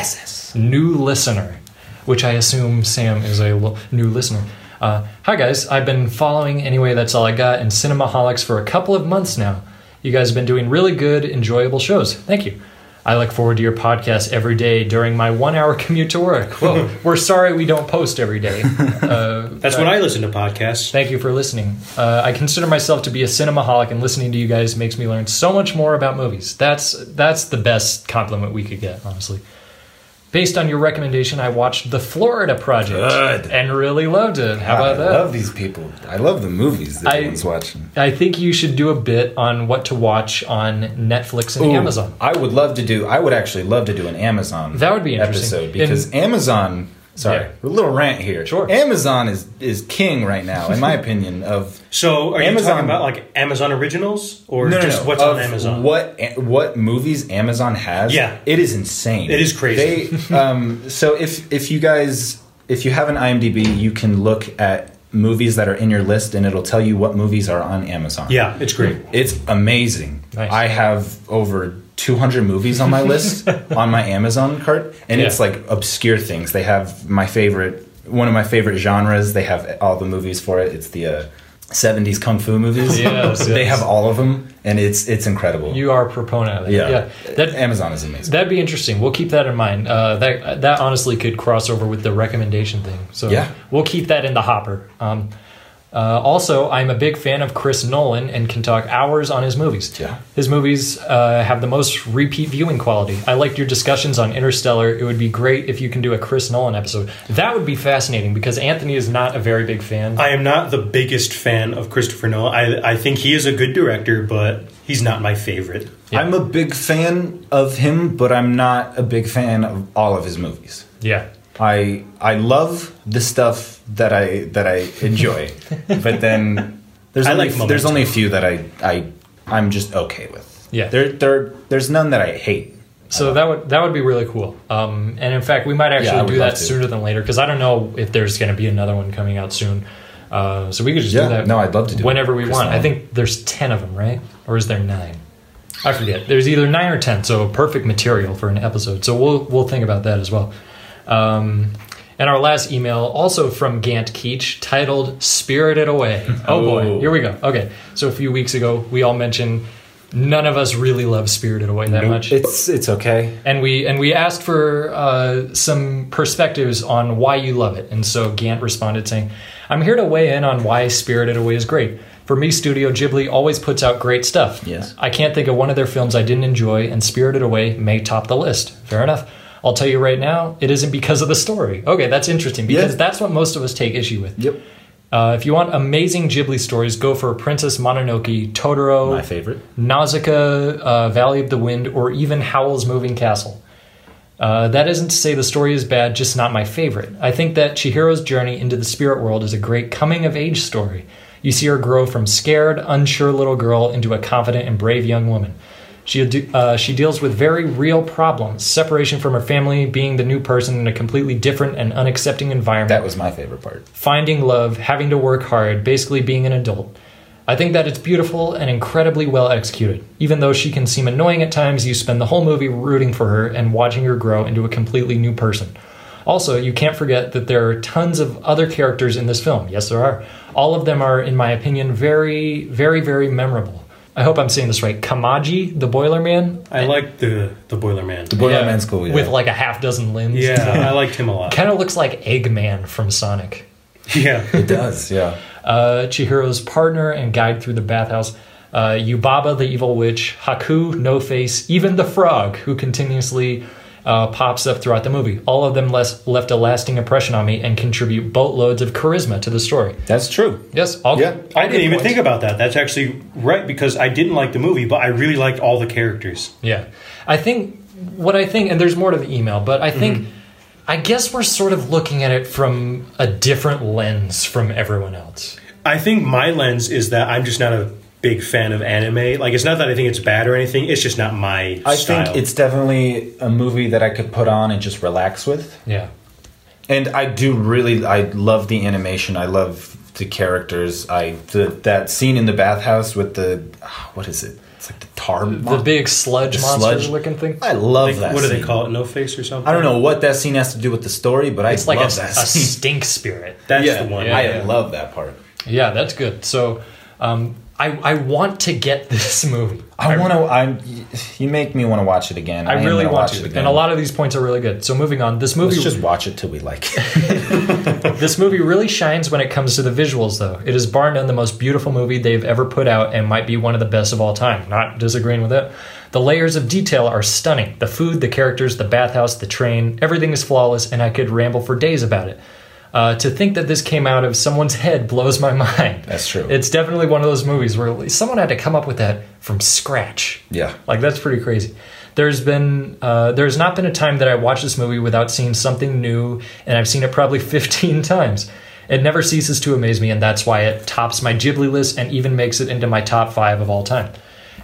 New Listener, which I assume Sam is a l- new listener. Uh, Hi guys, I've been following Anyway That's All I Got and Cinemaholics for a couple of months now. You guys have been doing really good, enjoyable shows. Thank you. I look forward to your podcast every day during my one hour commute to work. Well, we're sorry we don't post every day. Uh,
That's when I listen to podcasts.
Thank you for listening. Uh, I consider myself to be a cinemaholic, and listening to you guys makes me learn so much more about movies. That's that's the best compliment we could get, honestly. Based on your recommendation, I watched The Florida Project
Good.
and really loved it. How about
I
that?
love these people. I love the movies that
I-
everyone's watching.
I think you should do a bit on what to watch on Netflix and
Ooh,
Amazon.
I would love to do. I would actually love to do an Amazon.
That would be interesting.
episode because
And-
Amazon. Sorry,
Yeah.
a little rant here.
Sure.
Amazon is is king right now, in my opinion. Of
So are you
Amazon-
talking about like Amazon originals or just what's
of
on Amazon?
What what movies Amazon has?
Yeah.
it is insane.
It is crazy.
They, um, so if if you guys if you have an IMDb, you can look at movies that are in your list, and it'll tell you what movies are on Amazon.
Yeah, it's great.
It's amazing.
Nice.
I have over 200 movies on my list on my Amazon cart, and
Yeah.
it's like obscure things. They have my favorite, one of my favorite genres. They have all the movies for it. It's the uh, 70s kung fu movies.
Yes,
they
yes.
have all of them, and it's it's incredible.
You are a proponent of that.
yeah,
That-
Amazon is amazing.
That'd be interesting. We'll keep that in mind. Uh, that that honestly could cross over with the recommendation thing. So
Yeah.
we'll keep that in the hopper. Um, uh, also, I'm a big fan of Chris Nolan and can talk hours on his movies.
Yeah.
His movies uh, have the most repeat viewing quality. I liked your discussions on Interstellar. It would be great if you can do a Chris Nolan episode. That would be fascinating because Anthony is not a very big fan.
I am not the biggest fan of Christopher Nolan. I, I think he is a good director, but he's not my favorite.
Yeah.
I'm a big fan of him, but I'm not a big fan of all of his movies.
yeah.
I I love the stuff that I that I enjoy, but then there's
I
only
like
there's
momentum.
only a few that I I I'm just okay with.
Yeah.
there there there's none that I hate.
So that would that would be really cool. Um, and in fact, we might actually
Yeah, I would
do that
love to.
sooner than later because I don't know if there's going to be another one coming out soon. Uh, so we could just do
Yeah,
that.
no, I'd love to do it.
whenever we
Chris
want. I
Nolan.
think there's ten of them, right? Or is there nine? I forget. There's either nine or ten. So perfect material for an episode. So we'll we'll think about that as well. Um, and our last email, also from Gant Keach, titled Spirited Away. Oh boy,
Oh.
here we go. Okay, so a few weeks ago, we all mentioned none of us really love Spirited Away that much
It's it's okay.
and we and we asked for uh, some perspectives on why you love it. And so Gant responded saying, "I'm here to weigh in on why Spirited Away is great. For me, Studio Ghibli always puts out great stuff.
Yes.
I can't think of one of their films I didn't enjoy, and Spirited Away may top the list. Fair enough. I'll tell you right now, it isn't because of the story. Okay, that's interesting because
Yeah.
that's what most of us take issue with.
Yep.
Uh, if you want amazing Ghibli stories, go for Princess Mononoke, Totoro,
My favorite.
Nausicaa, uh, Valley of the Wind, or even Howl's Moving Castle. Uh, that isn't to say the story is bad, just not my favorite. I think that Chihiro's journey into the spirit world is a great coming of age story. You see her grow from scared, unsure little girl into a confident and brave young woman. She, ad- uh, she deals with very real problems separation from her family, being the new person in a completely different and unaccepting environment
That was my favorite part.
finding love, having to work hard, basically being an adult. I think that it's beautiful and incredibly well executed. Even though she can seem annoying at times, you spend the whole movie rooting for her and watching her grow into a completely new person. Also, you can't forget that there are tons of other characters in this film. Yes, there are. All of them are, in my opinion, very, very, very memorable. I hope I'm saying this right. Kamaji, the boiler man,
I liked the the Boiler Man.
Boiler
yeah,
Man's cool. Yeah.
with like a half dozen limbs.
Yeah, I liked him a lot.
kind of looks like Eggman from Sonic.
Yeah,
it does. Yeah.
uh, Chihiro's partner and guide through the bathhouse, uh, Yubaba the evil witch, Haku, No Face, even the frog who continuously uh, pops up throughout the movie. All of them les- left a lasting impression on me and contribute boatloads of charisma to the story.
That's true.
Yes, all
Yeah,
I didn't even think about that. That's actually right because I didn't like the movie, but I really liked all the characters.
Yeah. I think what I think, and there's more to the email, but I think,
Mm-hmm.
I guess we're sort of looking at it from a different lens from everyone else.
I think my lens is that I'm just not a big fan of anime. Like, it's not that I think it's bad or anything. It's just not my
I
style.
think it's definitely a movie that I could put on and just relax with.
Yeah.
And I do really, I love the animation. I love the characters. I the, that scene in the bathhouse with the ah, what is it? It's like the tar,
The big sludge
The
monster
sludge.
looking thing.
I love
Like,
that.
what do they
scene.
call it? No face or something?
I don't know what that scene has to do with the story, but
It's
I
like a,
love
a
that scene.
stink spirit.
That's
yeah,
the one.
I
yeah.
love that part.
Yeah, that's good. So, um, I I want to get this movie.
I want to. I you make me want to watch it again.
I
am
really
gonna
want
watch
to.
it again.
And a lot of these points are really good. So moving on, this movie
Let's just watch it till we like it.
this movie really shines when it comes to the visuals, though. It is bar none the most beautiful movie they've ever put out, and might be one of the best of all time. Not disagreeing with it. The layers of detail are stunning. The food, the characters, the bathhouse, the train, everything is flawless, and I could ramble for days about it. Uh, to think that this came out of someone's head blows my mind.
That's true.
It's definitely one of those movies where someone had to come up with that from scratch.
Yeah.
Like that's pretty crazy. There's been uh, there's not been a time that I watched this movie without seeing something new, and I've seen it probably 15 times. It never ceases to amaze me, and that's why it tops my Ghibli list and even makes it into my top five of all time.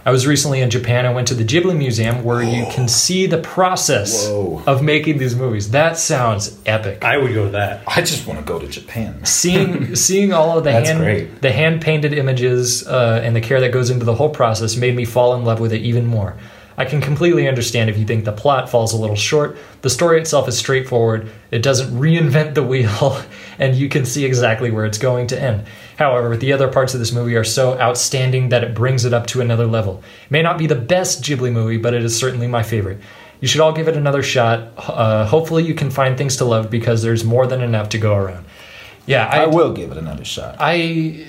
I was recently in Japan. I went to the Ghibli Museum where you can see the process
Whoa.
of making these movies. That sounds epic
I would go with that.
I just want to go to Japan.
seeing seeing all of the
That's
hand
great.
the hand painted images uh, and the care that goes into the whole process made me fall in love with it even more. I can completely understand if you think the plot falls a little short. The story itself is straightforward. It doesn't reinvent the wheel, and you can see exactly where it's going to end. However, the other parts of this movie are so outstanding that it brings it up to another level. It may not be the best Ghibli movie, but it is certainly my favorite. You should all give it another shot. Uh, hopefully, you can find things to love because there's more than enough to go around. Yeah,
I will give it another shot.
I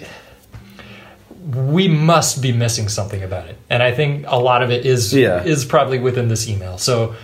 we must be missing something about it, and I think a lot of it is
Yeah.
is probably within this email. So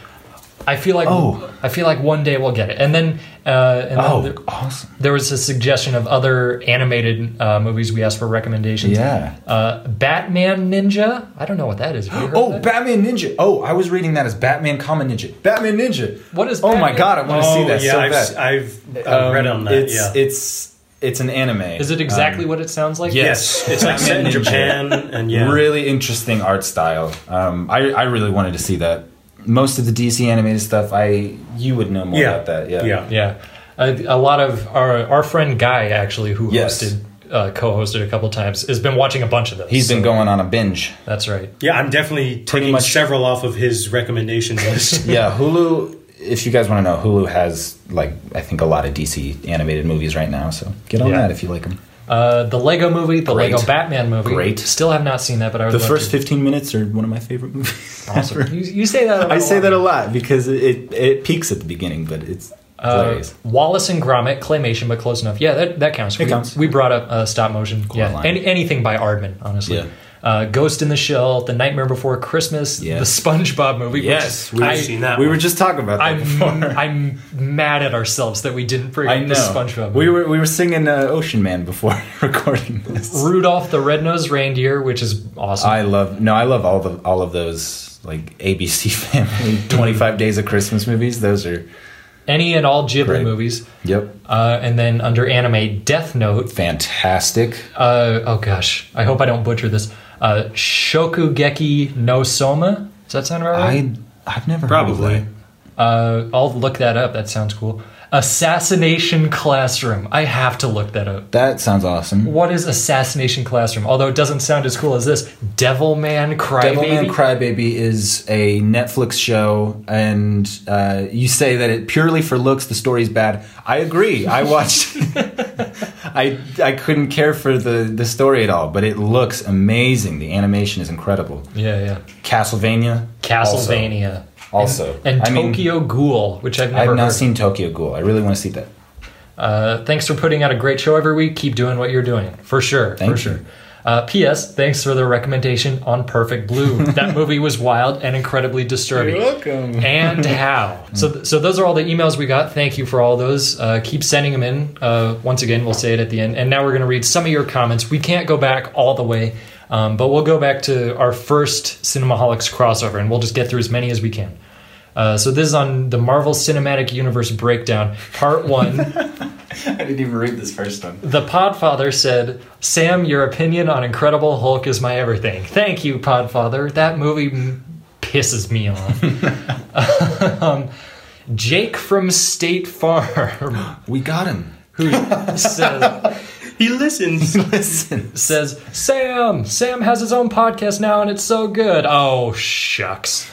I feel like
Oh.
I feel like one day we'll get it, and then uh, and then
Oh,
there,
awesome!
there was a suggestion of other animated uh, movies. We asked for recommendations.
Yeah.
uh, Batman Ninja. I don't know what that is. Have you heard of
Oh,
that?
Batman Ninja. Oh, I was reading that as Batman Common Ninja. Batman Ninja.
What is
Oh my
Batman-
god, I want to see that
yeah,
so
I've,
bad.
I've, I've read
Um,
on that.
It's,
yeah.
it's it's an anime. Um,
is it exactly what it sounds like?
Uh, yeah.
yes, it's like set in
Batman Ninja.
Japan, and yeah,
Really interesting art style. Um, I I really wanted to see that. Most of the DC animated stuff, I you would know more
yeah,
about that. Yeah.
yeah.
Yeah, Uh, a, a lot of our our friend Guy actually, who
Yes.
hosted uh, co-hosted a couple times, has been watching a bunch of those.
He's been going on a binge.
That's right.
Yeah, I'm definitely taking
much-
several off of his recommendation list.
Yeah, Hulu. If you guys want to know, Hulu has like I think a lot of DC animated movies right now. So get on
Yeah.
that if you like them.
Uh, the Lego movie, the
Great.
Lego Batman movie.
Great.
Still have not seen that, but I would
The
love
first
to.
15 minutes are one of my favorite movies.
Awesome. you, you say that.
I say
lot. Uh,
that a lot because it, it it peaks at the beginning, but it's
Uh,
plays.
Wallace and Gromit, claymation, but close enough. Yeah, that, that counts. It we,
counts.
We brought up uh, stop motion. yeah,
line.
Any, anything by Aardman, honestly.
Yeah.
Uh, Ghost in the Shell, The Nightmare Before Christmas,
Yes.
the SpongeBob movie. which
Yes,
We've
I,
seen that.
we
one.
were just talking about that
I'm
before.
I'm mad at ourselves that we didn't bring
I
up
know.
the SpongeBob.
We
movie.
were we were singing uh, Ocean Man before recording this.
Rudolph the Red-Nosed Reindeer, which is awesome.
I love no, I love all the all of those like ABC Family, Twenty Five Days of Christmas movies. Those are
Any and all Ghibli
Great.
movies.
yep,
Uh, and then under anime, Death Note.
fantastic.
Uh, oh gosh, I hope I don't butcher this. Uh, Shokugeki no Soma. Does that sound about right?
I I've never
Probably.
heard of
uh, I'll look that up. That sounds cool. Assassination Classroom. I have to look that up.
that. that sounds awesome.
What is Assassination Classroom? Although it doesn't sound as cool as this. Devil Man Crybaby.
Devilman Crybaby is a Netflix show, and uh, you say that it purely for looks. The story's bad. I agree. I watched. I I couldn't care for the the story at all, but it looks amazing. The animation is incredible.
yeah, yeah.
Castlevania.
Castlevania.
Also, also.
And
I mean,
Tokyo Ghoul, which I've never
I've
heard.
not seen Tokyo Ghoul. I really want to see that.
Uh, thanks for putting out a great show every week. Keep doing what you're doing. For sure.
Thank
for
you.
sure. Uh, P.S. Thanks for the recommendation on Perfect Blue. that movie was wild and incredibly disturbing.
welcome.
And how? So, th- so those are all the emails we got. Thank you for all those. Uh, keep sending them in. Uh, once again, we'll say it at the end. And now we're going to read some of your comments. We can't go back all the way, um, but we'll go back to our first Cinemaholics crossover, and we'll just get through as many as we can. Uh, so this is on the Marvel Cinematic Universe breakdown, part one.
I didn't even read this first one.
The Podfather said, Sam, your opinion on Incredible Hulk is my everything. Thank you, Podfather. That movie m- pisses me off. um, Jake from State Farm
We got him.
says,
he listens.
Listen.
says, Sam, Sam has his own podcast now and it's so good. Oh, shucks.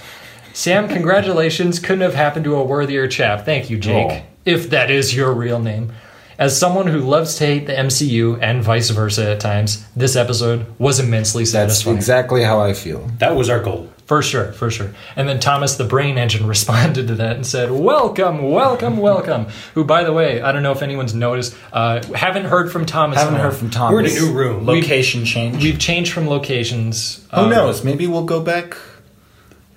Sam, congratulations. Couldn't have happened to a worthier chap. Thank you, Jake.
Oh.
If that is your real name. As someone who loves to hate the MCU and vice versa at times, this episode was immensely
That's
satisfying.
exactly how I feel.
that was our goal.
For sure, for sure. And then Thomas the Brain Engine responded to that and said, Welcome, welcome, welcome. Who, by the way, I don't know if anyone's noticed, uh, haven't heard from Thomas.
Haven't
in a
heard
while.
from Thomas.
We're in a new room.
Location change.
We've changed from locations.
Who
Um,
knows? Maybe we'll go back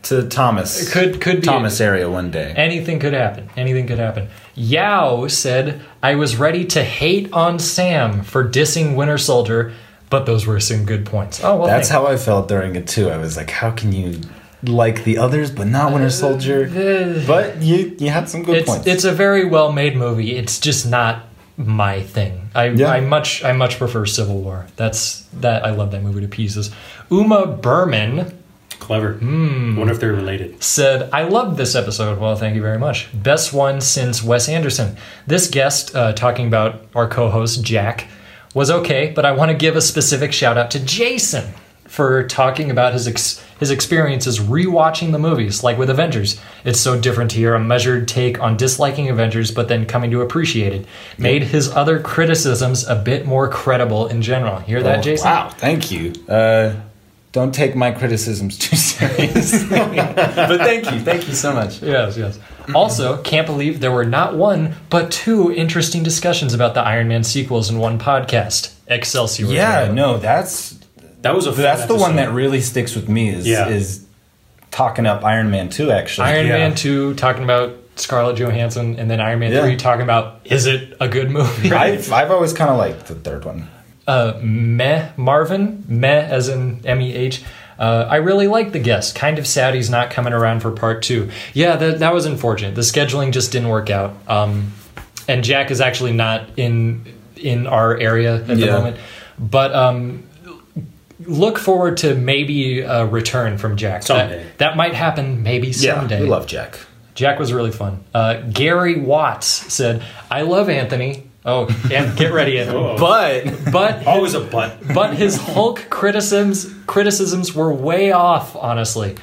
to Thomas.
Could- could be.
Thomas area one day.
Anything could happen. Anything could happen. Yao said, I was ready to hate on Sam for dissing Winter Soldier, but those were some good points. Oh, well,
That's
thank-
how I felt during it too. I was like, how can you like the others but not Winter Soldier? But you you had some good
Uh, it's,
points.
It's a very well made movie. It's just not my thing. I,
Yeah.
I much I much prefer Civil War. That's that I love that movie to pieces. Uma Berman
Clever.
Hmm.
Wonder if they're related.
said, I loved this episode. Well, thank you very much. Best one since Wes Anderson. This guest, uh, talking about our co host, Jack, was okay, but I want to give a specific shout out to Jason for talking about his ex- his experiences rewatching the movies, like with Avengers. It's so different to hear a measured take on disliking Avengers, but then coming to appreciate it. Made his other criticisms a bit more credible in general. Hear that,
Oh,
Jason?
Wow, thank you. Uh, don't take my criticisms too seriously. but thank you. Thank you so much.
Yes, yes. Also, can't believe there were not one, but two interesting discussions about the Iron Man sequels in one podcast. Excelsior.
Yeah, no, that's
That was a. fun
that's the one that
episode.
really sticks with me is
Yeah.
is talking up Iron Man 2 actually.
Iron
Yeah.
Man 2 talking about Scarlett Johansson, and then Iron Man
Yeah.
3 talking about is it a good movie?
I've, I've always kind of liked the third one.
Uh, meh, Marvin, meh as in M E H. Uh, I really like the guest. Kind of sad he's not coming around for part two. Yeah, that, that was unfortunate. The scheduling just didn't work out. Um, and Jack is actually not in in our area at the
Yeah.
moment. But um, look forward to maybe a return from Jack.
Someday.
That, that might happen maybe someday.
we love Jack.
Jack was really fun. Uh, Gary Watts said, I love Anthony. Oh, and get ready, Anthony.
But
But
Always a butt.
but his Hulk criticisms criticisms were way off. Honestly,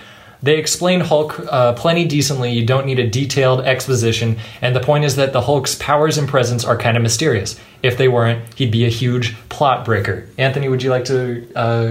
they explain Hulk uh, plenty decently. You don't need a detailed exposition, and the point is that the Hulk's powers and presence are kind of mysterious. If they weren't, he'd be a huge plot breaker. Anthony, would you like to? Uh,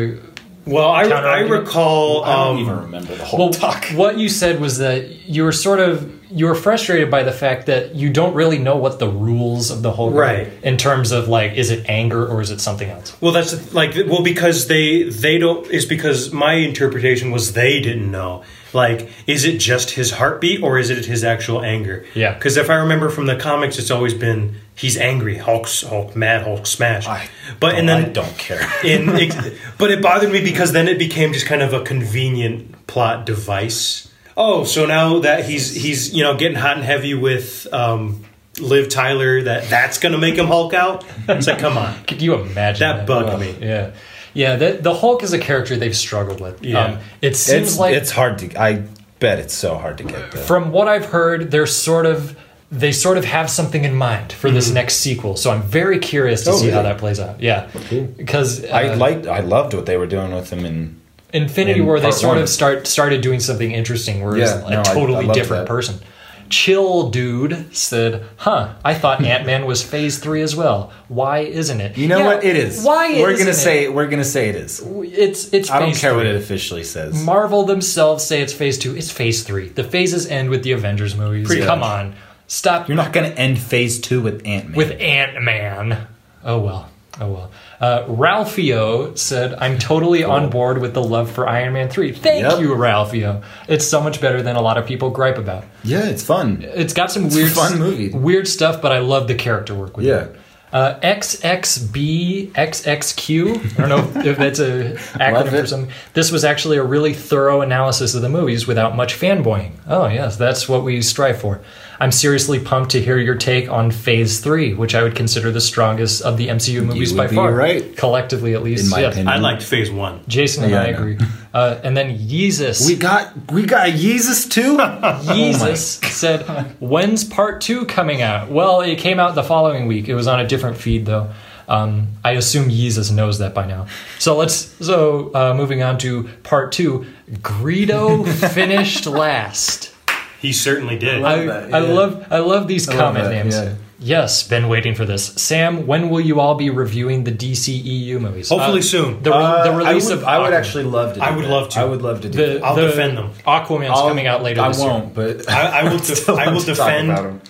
Well, I,
Counter
I
argument?
recall.
I don't
Um,
even remember the whole
well,
talk.
what you said was that you were sort of you're frustrated by the fact that you don't really know what the rules of the whole game
Right.
in terms of like is it anger or is it something else
Well, that's like well because they they don't. It's because my interpretation was they didn't know. Like, is it just his heartbeat or is it his actual anger?
Yeah.
Because if I remember from the comics, it's always been he's angry, Hulk, Hulk, mad, Hulk, smash.
I
but and then
I don't care.
in, ex- but it bothered me because then it became just kind of a convenient plot device. Oh, so now that he's he's you know getting hot and heavy with um, Liv Tyler, that that's gonna make him Hulk out. It's like, come on,
Could you imagine
that
that?
bugged me.
Yeah, yeah. That, the Hulk is a character they've struggled with. Um,
Yeah.
it seems
It's
like
it's hard to. I bet it's so hard to get. The,
from what I've heard, they're sort of they sort of have something in mind for this next sequel. So I'm very curious to
Mm-hmm. Oh,
see how
really?
that plays out. Yeah, because
I
uh,
liked. I loved what they were doing with him in
Infinity
in
War. They
part
sort
one.
of start started doing something interesting, where
Yeah,
it's a
no, I- I
totally
love
different
that.
person. Chill dude said, "Huh? I thought Ant Man was Phase Three as well. Why isn't it?
You know
Yeah,
what? It is.
Why?
we're
isn't
gonna
it?
say we're gonna say it is.
it's it's.
I don't
Phase
care what
Three.
it officially says.
Marvel themselves say it's phase two. It's phase three. The phases end with the Avengers movies.
Pretty
Come
much.
on. Stop
You're not gonna end Phase Two with Ant Man.
with Ant Man. Oh, well. Oh, well. Uh, Ralphio said, I'm totally on board with the love for Iron Man 3. Thank
Yep.
you, Ralphio. It's so much better than a lot of people gripe about.
yeah, it's fun.
It's got some
a
weird,
fun movie.
weird stuff, but I love the character work with
Yeah.
it. Uh, XXB XXQ. I don't know if that's a
Love
acronym
it.
for something. This was actually a really thorough analysis of the movies without much fanboying. Oh yes, that's what we strive for. I'm seriously pumped to hear your take on Phase Three, which I would consider the strongest of the MCU movies
would
by
be
far.
right.
collectively at least.
In my
yeah.
opinion,
I liked Phase One.
Jason and
Yeah,
I
I know.
agree. Uh, and then Yeezus.
We got we got Yeezus too.
Jesus said, "When's part two coming out?" Well, it came out the following week. It was on a different feed, though. Um, I assume Jesus knows that by now. So let's. So uh, moving on to part two. Greedo finished last.
He certainly did.
I, uh,
that,
I
yeah.
love I love these
love
comment
that,
names.
yeah.
Yes, been waiting for this. Sam, when will you all be reviewing the DCEU movies?
Hopefully soon.
The, re-
Uh,
the release
I would,
of
I would
Aquaman.
actually love to. Do
I would
that.
love to.
I would love to do.
the,
that.
I'll
the
defend them.
Aquaman's
I'll-
coming out later
I
this year.
won't, but
I, I will. Def- I will
I'll talk about
defend
'em.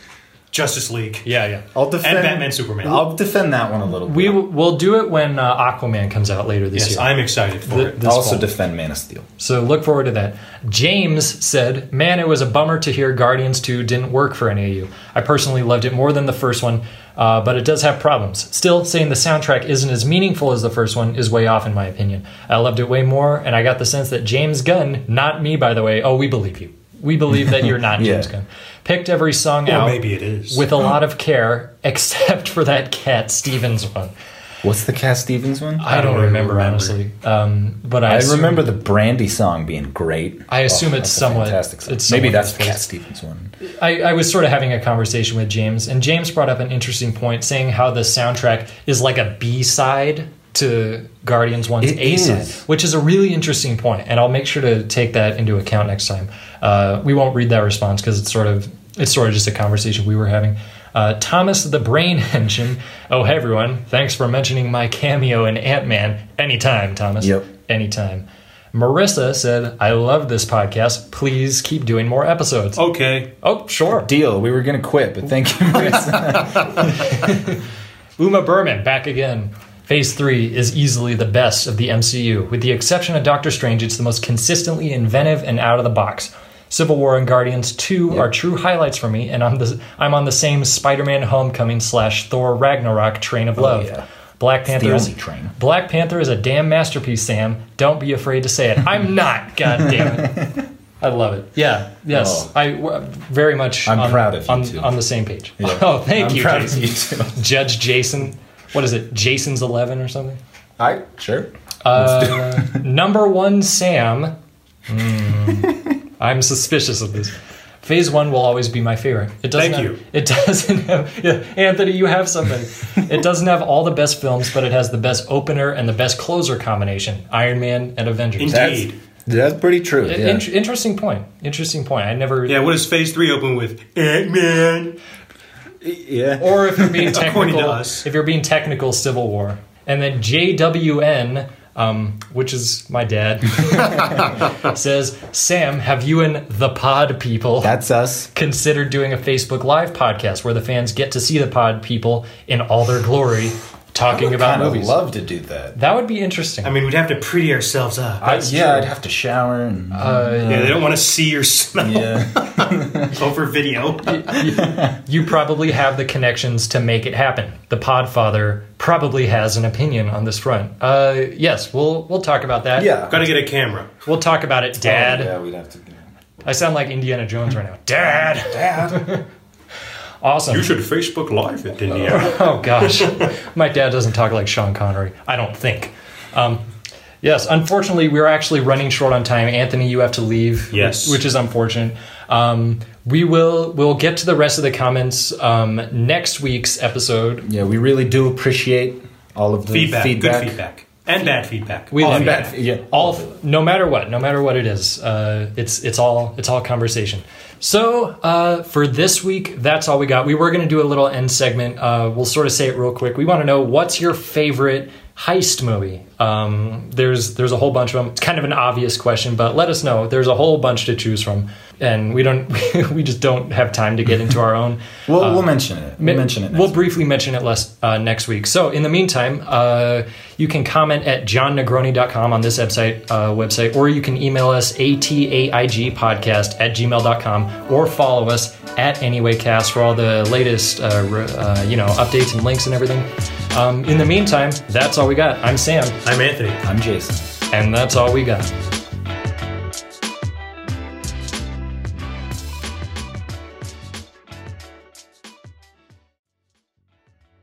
Justice League.
Yeah, yeah.
I'll defend
Batman, Superman.
I'll defend that one a little.
We
bit.
will we'll do it when uh, Aquaman comes out later this
Yes,
year.
I'm excited for
Th-
it.
this
also
fall.
defend Man of Steel.
so look forward to that. James said, "Man, it was a bummer to hear Guardians 2 didn't work for any of you. I personally loved it more than the first one, uh, but it does have problems. Still, saying the soundtrack isn't as meaningful as the first one is way off in my opinion. I loved it way more, and I got the sense that James Gunn, not me, by the way. Oh, we believe you. We believe that you're not
Yeah.
James Gunn. Picked every song
Or
out
maybe it is.
with a lot of care, except for that Cat Stevens one."
What's the Cat Stevens one?
I don't
don't
remember,
remember.
honestly. Um, but I,
I
assume-
remember the Brandy song being great. Oh,
I assume it's
that's a
somewhat-
fantastic song.
it's
Maybe
somewhat
that's the Cat Stevens one.
I, I was sort of having a conversation with James, and James brought up an interesting point, saying how the soundtrack is like a B side to Guardians One's
It
A side,
is.
which is a really interesting point, and I'll make sure to take that into account next time. Uh, we won't read that response because it's sort of it's sort of just a conversation we were having. Uh, Thomas the Brain Engine. Oh, hey everyone! Thanks for mentioning my cameo in Ant Man. Anytime, Thomas.
Yep.
Anytime. Marissa said, "I love this podcast. Please keep doing more episodes." Oh,
Okay.
sure.
Deal. We were gonna quit, but thank you. Marissa.
Uma Berman back again. Phase 3 is easily the best of the MCU. With the exception of Doctor Strange, it's the most consistently inventive and out of the box. Civil War and Guardians 2 are true highlights for me, and I'm, the, I'm on the same Spider Man Homecoming slash Thor Ragnarok train of love.
Oh, yeah.
Black Panther is,
only train.
Black Panther is a damn masterpiece, Sam. Don't be afraid to say it. I'm not, god damn it. I love it. Yeah, yes.
Oh.
I w- very much
I'm
on,
proud of you
on,
too.
on the same page. Oh, thank
I'm
you.
proud
Jason.
of you too.
Judge Jason. What is it? Jason's Eleven or something.
I sure.
Uh, number one, Sam. Hmm. I'm suspicious of this. Phase one will always be my favorite. It doesn't.
Thank
have-
you.
It doesn't have. Yeah, Anthony, you have something. it doesn't have all the best films, but it has the best opener and the best closer combination: Iron Man and Avengers.
Indeed.
That's-
That's pretty true.
in-
yeah.
interesting point. Interesting point. I never.
Yeah. What does Phase Three open with? Ant Man.
yeah.
Or if you're being
According
technical,
to us.
if you're being technical, Civil War, and then JWN. um, which is my dad, says, Sam, have you and the pod people
That's us.
considered doing a Facebook Live podcast where the fans get to see the pod people in all their glory talking about
Kind of
movies?
love to do that.
that would be interesting.
I mean, we'd have to pretty ourselves up.
I, yeah, I'd have to shower and
Uh,
yeah, they don't want to see or smell
Uh, yeah.
over video.
you probably have the connections to make it happen. The Podfather probably has an opinion on this front. Uh, yes, we'll we'll talk about that.
yeah.
Got to get a camera.
we'll talk about it, Dad.
Yeah, we'd have to.
I sound like Indiana Jones right now, Dad. Dad. awesome.
You should Facebook Live it,
Uh,
Indiana.
Oh gosh, my dad doesn't talk like Sean Connery. I don't think. Um, yes, unfortunately, we're actually running short on time. Anthony, you have to leave.
Yes.
which, which is unfortunate. Um, we will we'll get to the rest of the comments um, next week's episode.
Yeah, we really do appreciate all of the
feedback,
feedback.
good feedback, and bad feedback.
We
All
love
And
feedback.
bad, fe- yeah.
All f- no matter what, no matter what it is, uh, it's it's all it's all conversation. So uh, for this week, that's all we got. We were going to do a little end segment. Uh, we'll sort of say it real quick. We want to know what's your favorite heist movie. Um, there's there's a whole bunch of them. It's kind of an obvious question, but let us know. There's a whole bunch to choose from, and we don't we just don't have time to get into our own.
We'll, we'll mention it. We'll mention it. Next
We'll briefly mention it less, uh, next week. So, in the meantime, uh, you can comment at johnnegroni.com on this website, uh, website, or you can email us ataigpodcast at gmail.com or follow us at AnywayCast for all the latest, uh, re- uh, you know, updates and links and everything. Um, in the meantime, that's all we got. I'm Sam,
I'm Anthony.
I'm Jason.
and that's all we got.